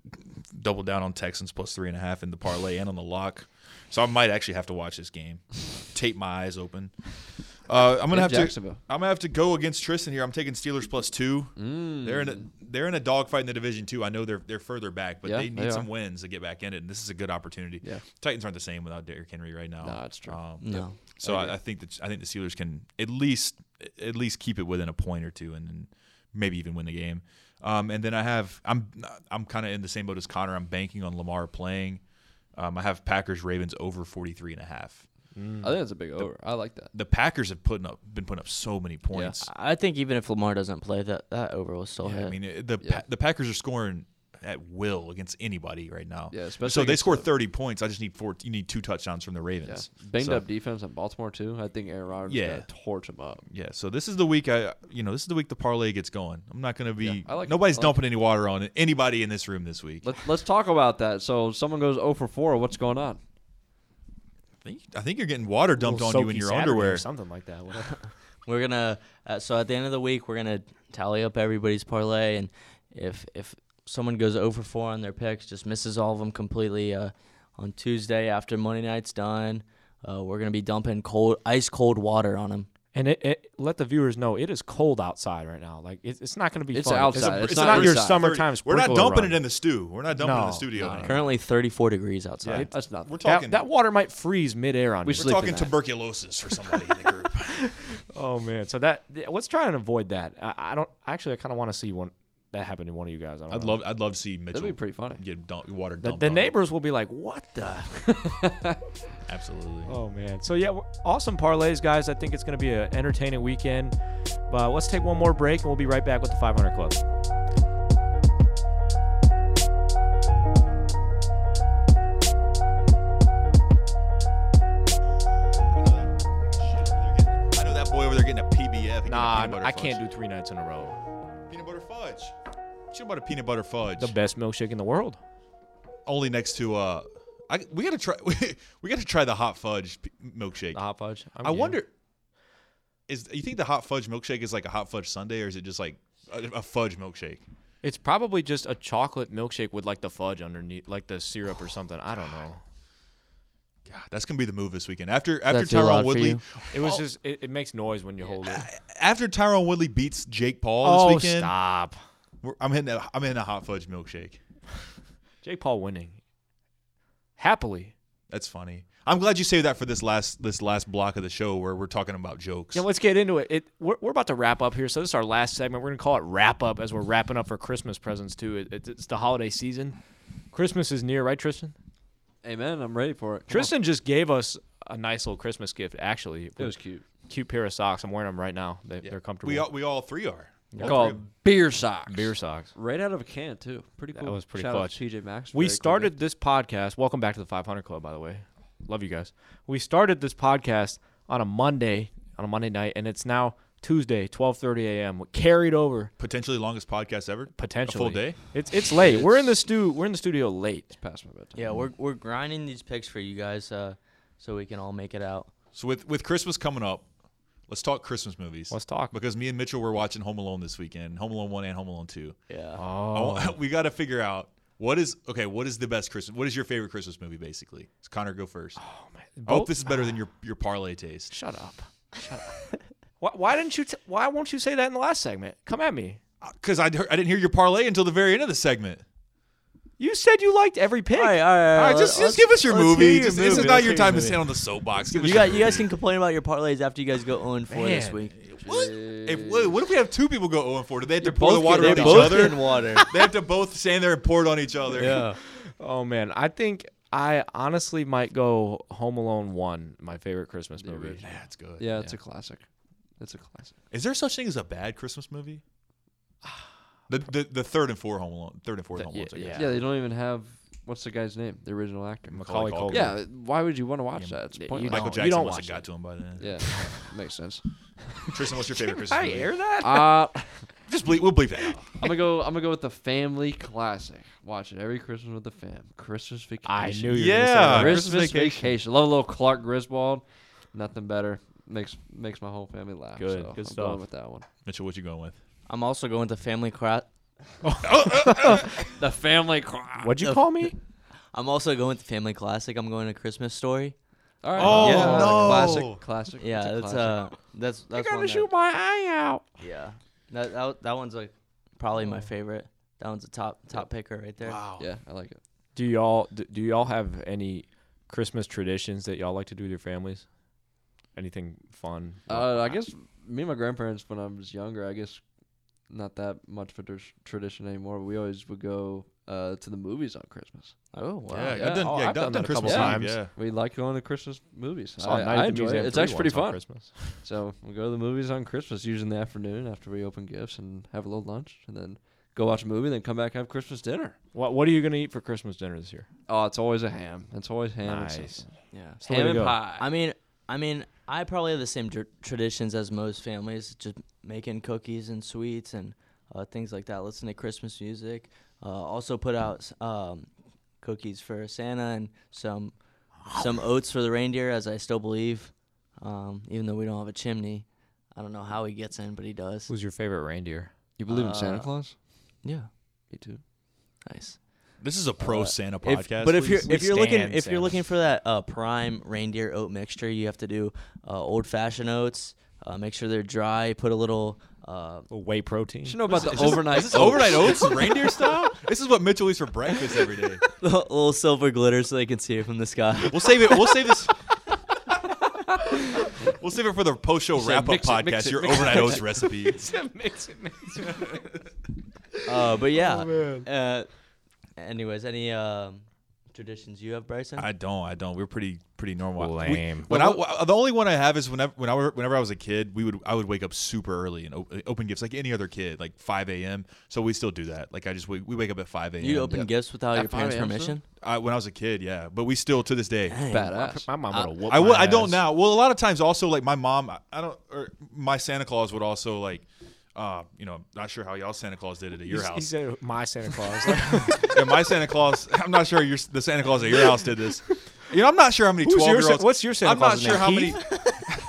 doubled down on Texans plus three and a half in the parlay and on the lock. So I might actually have to watch this game, tape my eyes open. Uh, I'm gonna In have to. Jacksonville. I'm gonna have to go against Tristan here. I'm taking Steelers plus two. Mm. They're in a they're in a dogfight in the division too. I know they're they're further back, but Yeah, they need they some are. wins to get back in it. And this is a good opportunity. Yeah. Titans aren't the same without Derrick Henry right now. Nah, it's true. Mm. Um, no. so I, I think that I think the Steelers can at least at least keep it within a point or two, and, and maybe even win the game. Um, and then I have I'm I'm kind of in the same boat as Connor. I'm banking on Lamar playing. Um, I have Packers Ravens over 43 and a half. I think that's a big over. I like that. The Packers have putting up been putting up so many points. I think even if Lamar doesn't play, that that over will still Yeah, hit. I mean it- the Yeah. Pa- the Packers are scoring at will against anybody right now. Yeah, especially so they against score the- 30 points. I just need four. You need two touchdowns from the Yeah. Ravens. Banged So- up defense in Baltimore too. I think Aaron Rodgers Yeah. yeah. torch him up. Yeah, so this is the week I, you know, this is the week the parlay gets going. I'm not going to be. Yeah, I like it. nobody's I like dumping any water on anybody in this room this week. Let's let's talk about that. So someone goes 0 for 4. What's going on? I think, I think you're getting water dumped on you in Soaky your Saturday underwear. Or something like that. whatever. We're gonna uh, so at the end of the week we're gonna tally up everybody's parlay and if if someone goes over four on their picks, just misses all of them completely. Uh, on Tuesday after Monday night's done, uh, we're gonna be dumping cold ice cold water on them. and it, it, let the viewers know it is cold outside right now. Like it, it's not going to be. It's fun. It's, outside. a- It's it's not not, your inside. summertime. We're not sprinkler dumping run. it in the stew. We're not dumping it in No, the studio. no, anymore. Currently 34 degrees outside. Uh, Yeah. That's nothing. We're That- talking. That, water might freeze midair on We you. should- we're sleep talking in that. tuberculosis for somebody in the group. Oh man, so that th- let's try and avoid that. I, I don't actually. I kind of want to see one that happen to one of you guys. I don't I'd know. love. I'd love to see Mitchell That'd be pretty funny. get dump, water The, dumped. the on him. neighbors will be like, "What the?" Absolutely. Oh man. So yeah, w- awesome parlays, guys. I think it's going to be an entertaining weekend. But let's take one more break, and we'll be right back with the 500 Club. can't do three nights in a row. peanut butter fudge. What about a peanut butter fudge? The best milkshake in the world. Only next to uh, I we gotta try we, gotta try the hot fudge p- milkshake. The hot fudge. I'm I game. wonder, is you think the hot fudge milkshake is like a hot fudge sundae, or is it just like a, a fudge milkshake? It's probably just a chocolate milkshake with like the fudge underneath, like the syrup or something. I don't know. God, that's gonna be the move this weekend. After after too loud Tyrone for Woodley, you? It was just it, it makes noise when you hold it. after Tyrone Woodley beats Jake Paul Oh, this weekend, stop! we're- I'm hitting a, I'm hitting a hot fudge milkshake. Jake Paul winning happily. That's funny. I'm glad you saved that for this last this last block of the show where we're talking about jokes. Yeah, let's get into it. it we're, we're about to wrap up here, so this is our last segment. We're gonna call it wrap up as we're wrapping up for Christmas presents too. It, it's- it's the holiday season. Christmas is near, right, Tristan? Amen. I'm ready for it. Come Tristan just gave us a nice little Christmas gift. Actually, on. It was cute. cute pair of socks. I'm wearing them right now. They, They're comfortable. we all we all three are. they're called Beer socks. beer socks. Right out of a can too. Pretty That cool. was pretty Shout out clutch. to TJ Maxx. We Very cool started gift. this podcast. Welcome back to the 500 Club, by the way. Love you guys. We started this podcast on a Monday, on a Monday night, and it's now Tuesday, 12:30 a.m. Carried over Potentially longest podcast ever. potentially. A full day. It's it's late. we're in the stu. We're in the studio late. past my bedtime. Yeah, we're we're grinding these picks for you guys, uh, so we can all make it out. So with with Christmas coming up, let's talk Christmas movies. Let's talk. because me and Mitchell were watching Home Alone this weekend, Home Alone one and Home Alone two. Yeah. I Oh, want- we got to figure out what is okay. What is the best Christmas? What is your favorite Christmas movie? Basically, it's Connor go first. I hope Oh, both- Ah. this is better than your your parlay taste. Shut up. Shut up. why, why didn't you? T- why won't you say that in the last segment? Come at me. Because Uh, I, I didn't hear your parlay until the very end of the segment. You said you liked every pick. All right, just, just give us your movie. Just- This is movie. not Let's your hear your time to movie. stand on the soapbox. Give us You your guys, you guys movie. can complain about your parlays after you guys go 0 4 this Man. week. What? If, wait, what if we have two people go 0 4? Do they have to pour the Both water get- on they each both other? get water. They have to both stand there and pour it on each other. yeah. Oh man, I think I honestly might go Home Alone one, my favorite Christmas movie. That's good. Yeah, it's a classic. It's a classic. Is there such thing as a bad Christmas movie? The the, the third and four Home Alone, third and fourth The- Home Alone. yeah, Yeah. they don't even have what's the guy's name? The original actor. Macaulay Culkin. Culkin. Yeah, why would you want to watch that? It's you pointless. don't. Michael you Jackson don't must have watch got it. to him by then. Yeah, makes sense. Tristan, what's your favorite Christmas I movie? air that. Uh, Just bleep, we'll bleep that. out. I'm gonna go. I'm gonna go with the family classic. Watch it every Christmas with the fam. Christmas vacation. I knew you. Yeah. Were gonna say Christmas vacation. Love a little Clark Griswold. Nothing better. Makes makes my whole family laugh. Good, so good I'm stuff. going with that one. Mitchell, what you going with? I'm also going with the family cra- The family. that. What'd you call me? I'm also going with the family classic. I'm going to Christmas Story. All right. Oh, Yeah. no. Classic. Classic. Yeah, it's a that's classic. uh, that's that's You're one gonna that- shoot my eye out. Yeah, that that, that one's like probably my favorite. That one's a top top picker right there. Yeah, I like it. Do y'all d- do y'all have any Christmas traditions that y'all like to do with your families? Anything fun? Uh, I guess me and my grandparents when I was younger, I guess not that much of a tr- tradition anymore. We always would go uh, to the movies on Christmas. Oh wow. Yeah, yeah. I've done, Oh, yeah, I've done that a Christmas couple Eve, times. Yeah. We like going to Christmas movies. Saw I, Night at I the enjoy Museum it. It's three actually pretty once on fun. Christmas. So we go to the movies on Christmas, usually in the afternoon after we open gifts and have a little lunch, and then go watch a movie, then come back and have Christmas dinner. What What are you gonna eat for Christmas dinner this year? Oh, it's always a ham. It's always ham. and Nice. something. Yeah. the way Ham to and go. pie. I mean, I mean, I probably have the same tr- traditions as most families, just making cookies and sweets and uh, things like that. Listen to Christmas music. Uh, also put out s- um, cookies for Santa and some some oats for the reindeer, as I still believe, um, even though we don't have a chimney. I don't know how he gets in, but he does. Who's your favorite reindeer? you believe in Santa uh, Claus? Yeah, Me too. nice. This is a pro Santa If- podcast. but if you're please. if We you're looking stand if Santa. you're looking for that uh, prime reindeer oat mixture, you have to do uh, old fashioned oats. Uh, make sure they're dry. Put a little. Uh, Whey protein. You should know about the Is this- overnight. is this overnight oats, reindeer style. This is what Mitchell eats for breakfast every day. the little silver glitter so they can see it from the sky. We'll save it. We'll save this. we'll save it for the post-show said wrap-up uh, mix it, podcast. mix it, your mix it, overnight mix oats recipe. Uh, but yeah. uh, anyways, any um, traditions you have, Bryson? I don't. I don't. We're pretty pretty normal. We- Lame. when I w- the only one I have is whenever when I were- whenever I was a kid, we would I would wake up super early and op- open gifts like any other kid, like 5 a.m. So we still do that. Like I just we, we wake up at 5 a.m. you open yeah. gifts without At your parents' 5 a.m. permission? I, when I was a kid, yeah. But we still to this day. Badass. My mom would have whooped I will. my I don't ass. now. Well, a lot of times also like my mom. I- I don't. Or my Santa Claus would also like Uh, you know, not sure how y'all Santa Claus did it at He your s- He house. said my Santa Claus. yeah, my Santa Claus. I'm not sure your the Santa Claus at your house did this. You know, I'm not sure how many Who's your 12 year Sa- olds. what's your Santa I'm Claus's not sure name, how many.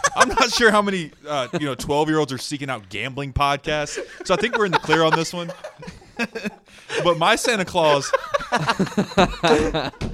I'm not sure how many uh, you know 12 year olds are seeking out gambling podcasts. So I think we're in the clear on this one. but my Santa Claus.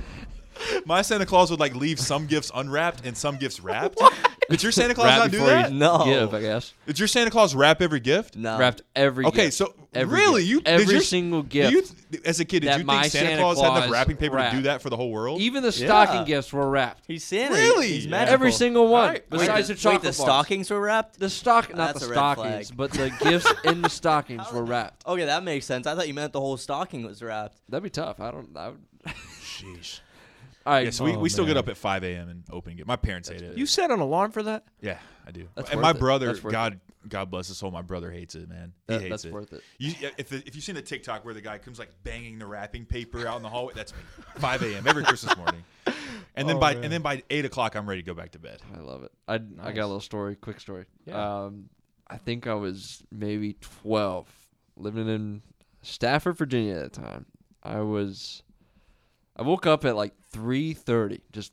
My Santa Claus would like leave some gifts unwrapped and some gifts wrapped. Did your Santa Claus Wrapped not do before you that? No. Give, I guess. Did your Santa Claus wrap every gift? No. Wrapped every. Okay, gift. so Every really, gift. you did every your- single do you gift. th- as a kid, did that you think my Santa, Santa Claus, had enough Claus wrapping paper wrapped. to do that for the whole world? Even the Yeah. stocking gifts were wrapped. He's Santa. Really? He's Yeah. magical. Every single one, Alright. Wait, besides the, the chocolate wait, the bars. stockings were wrapped. The stock, not That's the a red flag. stockings, but the gifts in the stockings were wrapped. Okay, that makes sense. I thought you meant the whole stocking was wrapped. That'd be tough. I don't. I would, Jeez. all right. yeah, so we, Oh, we still get man. up at 5 a.m. and open it. My parents hate it. You set an alarm for that? yeah, I do. That's and worth my it. brother, That's worth God, God bless his soul, my brother hates it, man. He That- hates that's it. worth it. You, if the, if you've seen the TikTok where the guy comes like banging the wrapping paper out in the hallway, that's me. 5 a.m. every Christmas morning. And Oh, then by and then by eight o'clock, I'm ready to go back to bed. I love it. I, I got a little story, quick story. Yeah. Um, I think I was maybe 12, living in Stafford, Virginia at the time. I was, I woke up at like 3.30, just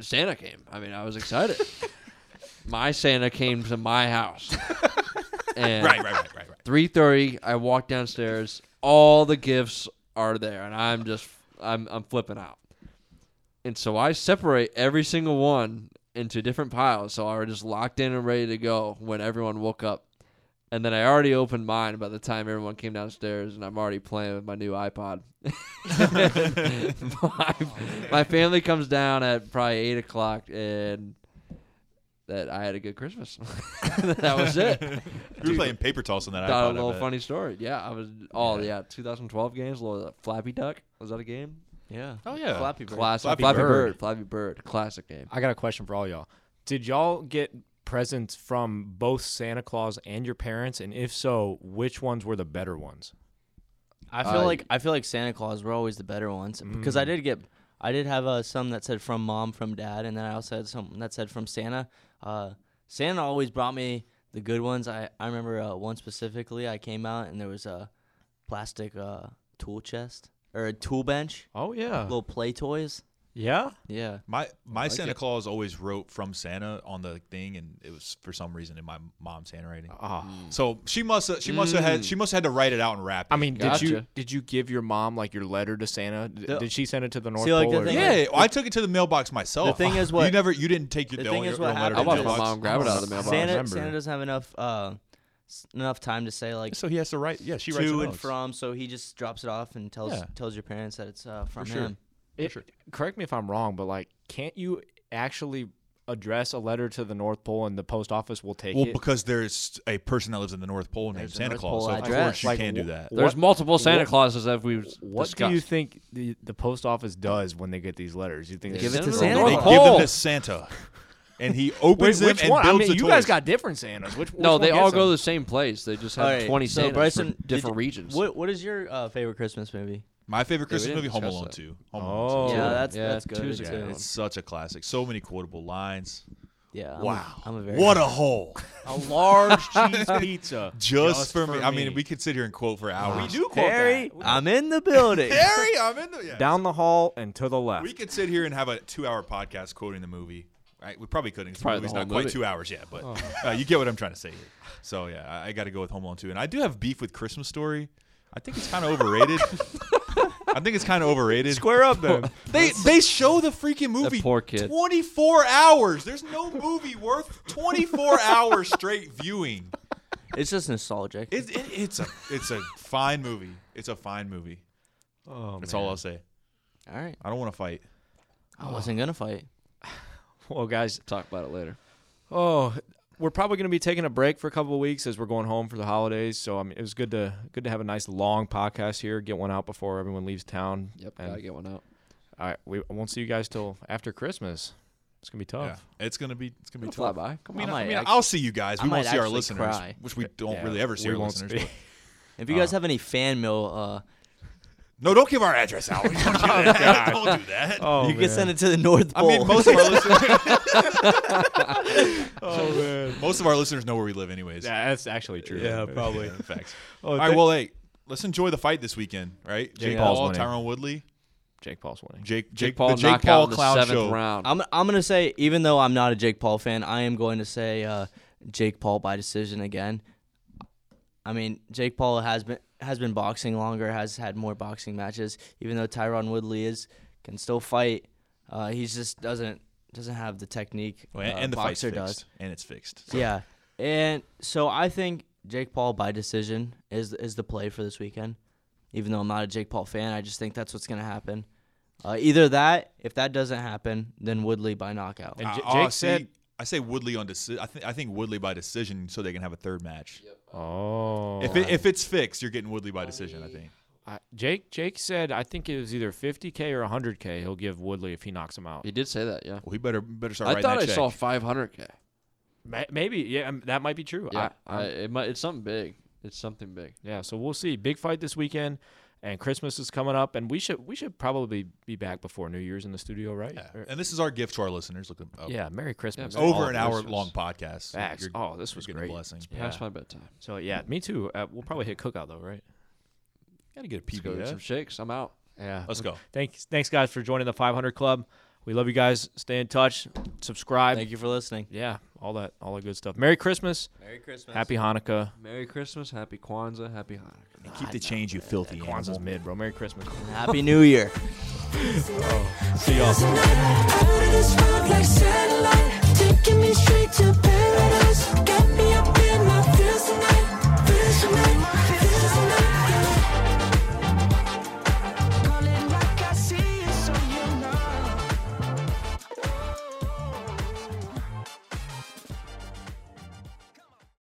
Santa came. I mean, I was excited. my Santa came to my house. and Right, right, right, right, right. 3.30, I walk downstairs. All the gifts are there, and I'm just, I'm, I'm flipping out. And so I separate every single one into different piles. So I were just locked in and ready to go when everyone woke up. And then I already opened mine by the time everyone came downstairs, and I'm already playing with my new iPod. my, my family comes down at probably 8 o'clock, and that I had a good Christmas. that was it. You were playing paper toss on that. Got a iPod, I little bet. funny story. Yeah, I was, oh, Yeah. yeah, 2012 games, little Flappy Duck. Was that a game? Yeah. Oh yeah. Flappy Bird. Classic. Flappy Flappy, Bird. Bird. Flappy Bird. Classic game. I got a question for all y'all. Did y'all get presents from both Santa Claus and your parents? And if so, which ones were the better ones? I feel Uh, Mm. like I feel like Santa Claus were always the better ones because I did get I did have uh, some that said from mom from dad and then I also had some that said from Santa. Uh, Santa always brought me the good ones. I I remember uh, one specifically. I came out and there was a plastic uh, tool chest or a tool bench, Oh yeah, little play toys. yeah. Yeah. My my like Santa it. Claus always wrote from Santa on the thing, and it was for some reason in my mom's handwriting. Oh. Ah. So she must she must have Mm. had she must have had to write it out and wrap it. I mean, did you Gotcha. did you give your mom like your letter to Santa? D- The- did she send it to the North See, like, the Pole? or- thing yeah, well, I took it to the mailbox myself. thing is you what- never you didn't take your the the own- thing your, is what own letter I to happened the watched my mailbox. mom grab it out of the mailbox. Santa remember. Santa doesn't have enough uh, s- enough time to say like So he has to write. Yeah, she writes to the and notes. from, so he just drops it off and tells Yeah. tells your parents that it's uh, from sure. him. It- Correct me if I'm wrong, but like, can't you actually address a letter to the North Pole and the post office will take Well, it? because there's a person that lives in the North Pole named There's a Santa North Claus. Pole so of address. course you Like, can do wh- that. There's What- multiple Santa what- Clauses that we've What discussed. do you think the, the post office does when they get these letters? You think They they Give it just to send Santa They Claus. to- give them Oh. to Santa, and he Wait, opens them which and one? builds I mean, the you toys. guys got different Santas. Which, which No, one they all gets go to them? the same place. They just have All right, 20 so Santas Bryson, for did different you- regions. What What is your uh, favorite Christmas movie? my favorite Yeah, we Christmas didn't movie, Home discuss Alone that. Two. Home Alone Oh. Two. yeah, yeah, that's that's yeah, good. two's a yeah. good Yeah, one. it's such a classic. So many quotable lines. Yeah, I'm Wow. A, I'm a very What a hole. a large cheese pizza Just, for, me. I mean, we could sit here and quote for hours. do quote Barry, I'm in the building. Harry, I'm in the. Yeah. down the hall and to the left. We could sit here and have a two-hour podcast quoting the movie. Right? We probably couldn't. 'cause The Probably the movie's whole not quite movie. two hours yet, Oh. but uh, you get what I'm trying to say here. So yeah, I, I got to go with Home Alone two, and I do have beef with Christmas Story. I think it's kind of overrated. I think it's kind of overrated. Square up then. They they show the freaking movie poor kid. 24 hours. There's no movie worth 24 hours straight viewing. It's just nostalgic. It, it, it's a it's a fine movie. It's a fine movie. oh, That's all I'll say. All right, I don't want to fight. I wasn't gonna fight. well, guys. Talk about it later. Oh, we're probably going to be taking a break for a couple of weeks as we're going home for the holidays. So I mean, it was good to good to have a nice long podcast here. Get one out before everyone leaves town. Yep, And, gotta get one out. all right, we I won't see you guys till after Christmas. It's gonna be tough. Yeah. It's gonna be it's gonna be It'll fly tough. by. I Come mean, I I, might mean act- I'll see you guys. I We might won't see our actually listeners, cry. which we don't Yeah, really ever see we our won't listeners. speak. but- If you guys have any fan mail uh, No, don't give our address out. Don't do that. don't do that. Oh. you can send it to the North I Pole. mean, most of our listeners. oh man, most of our listeners know where we live, anyways. Yeah, that's actually true. yeah, probably. Yeah, facts. All right, well, hey, let's enjoy the fight this weekend, right? Jake Paul's Paul, winning. Tyrone Woodley, Jake Paul's winning. Jake Jake, Jake Paul the Jake knockout Paul in the clown seventh show. round. I'm I'm gonna say, even though I'm not a Jake Paul fan, I am going to say uh, Jake Paul by decision again. I mean, Jake Paul has been has been boxing longer, has had more boxing matches. Even though Tyron Woodley is can still fight, uh, he just doesn't doesn't have the technique Oh, and, uh, and the fight's boxer fixed, does. and it's fixed. Yeah, and so I think Jake Paul by decision is is the play for this weekend. Even though I'm not a Jake Paul fan, I just think that's what's gonna happen. Uh, either that, if that doesn't happen, then Woodley by knockout. And J- I- Jake oh, see, said- I say Woodley on decision. I think I think Woodley by decision, so they can have a third match. Oh. If it, if it's fixed, you're getting Woodley by decision. I think. I, Jake Jake said I think it was either 50k or 100k he'll give Woodley if he knocks him out. He did say that, yeah. Well, he better better start. I writing thought that I check. saw 500k. Ma- Maybe yeah, um, that might be true. Yeah, I, I, I, it might, it's something big. It's something big. yeah, so we'll see. Big fight this weekend and Christmas is coming up and we should we should probably be back before New Year's in the studio, right? Yeah. Or- And this is our gift to our listeners. Look, up. yeah, Merry Christmas. Merry all over an the hour listeners. long podcast. Facts. You're- Oh, this you're was getting a great. Blessing. Past Yeah. my bedtime. So yeah, me too. Uh, we'll probably hit cookout though, right? Gotta get a Let's go get some PBS. shakes. I'm out. Yeah. Let's go. Thanks thanks guys for joining the 500 club. We love you guys. Stay in touch. Subscribe. Thank you for listening. Yeah, all that all that good stuff. Merry Christmas. Merry Christmas. Happy Hanukkah. Merry Christmas. Happy Kwanzaa. Happy Hanukkah. And keep the change, you filthy animal. Kwanzaa's mid, bro. Merry Christmas. Happy New Year. See y'all. Out of this world like satellite, taking me straight to paradise. Got me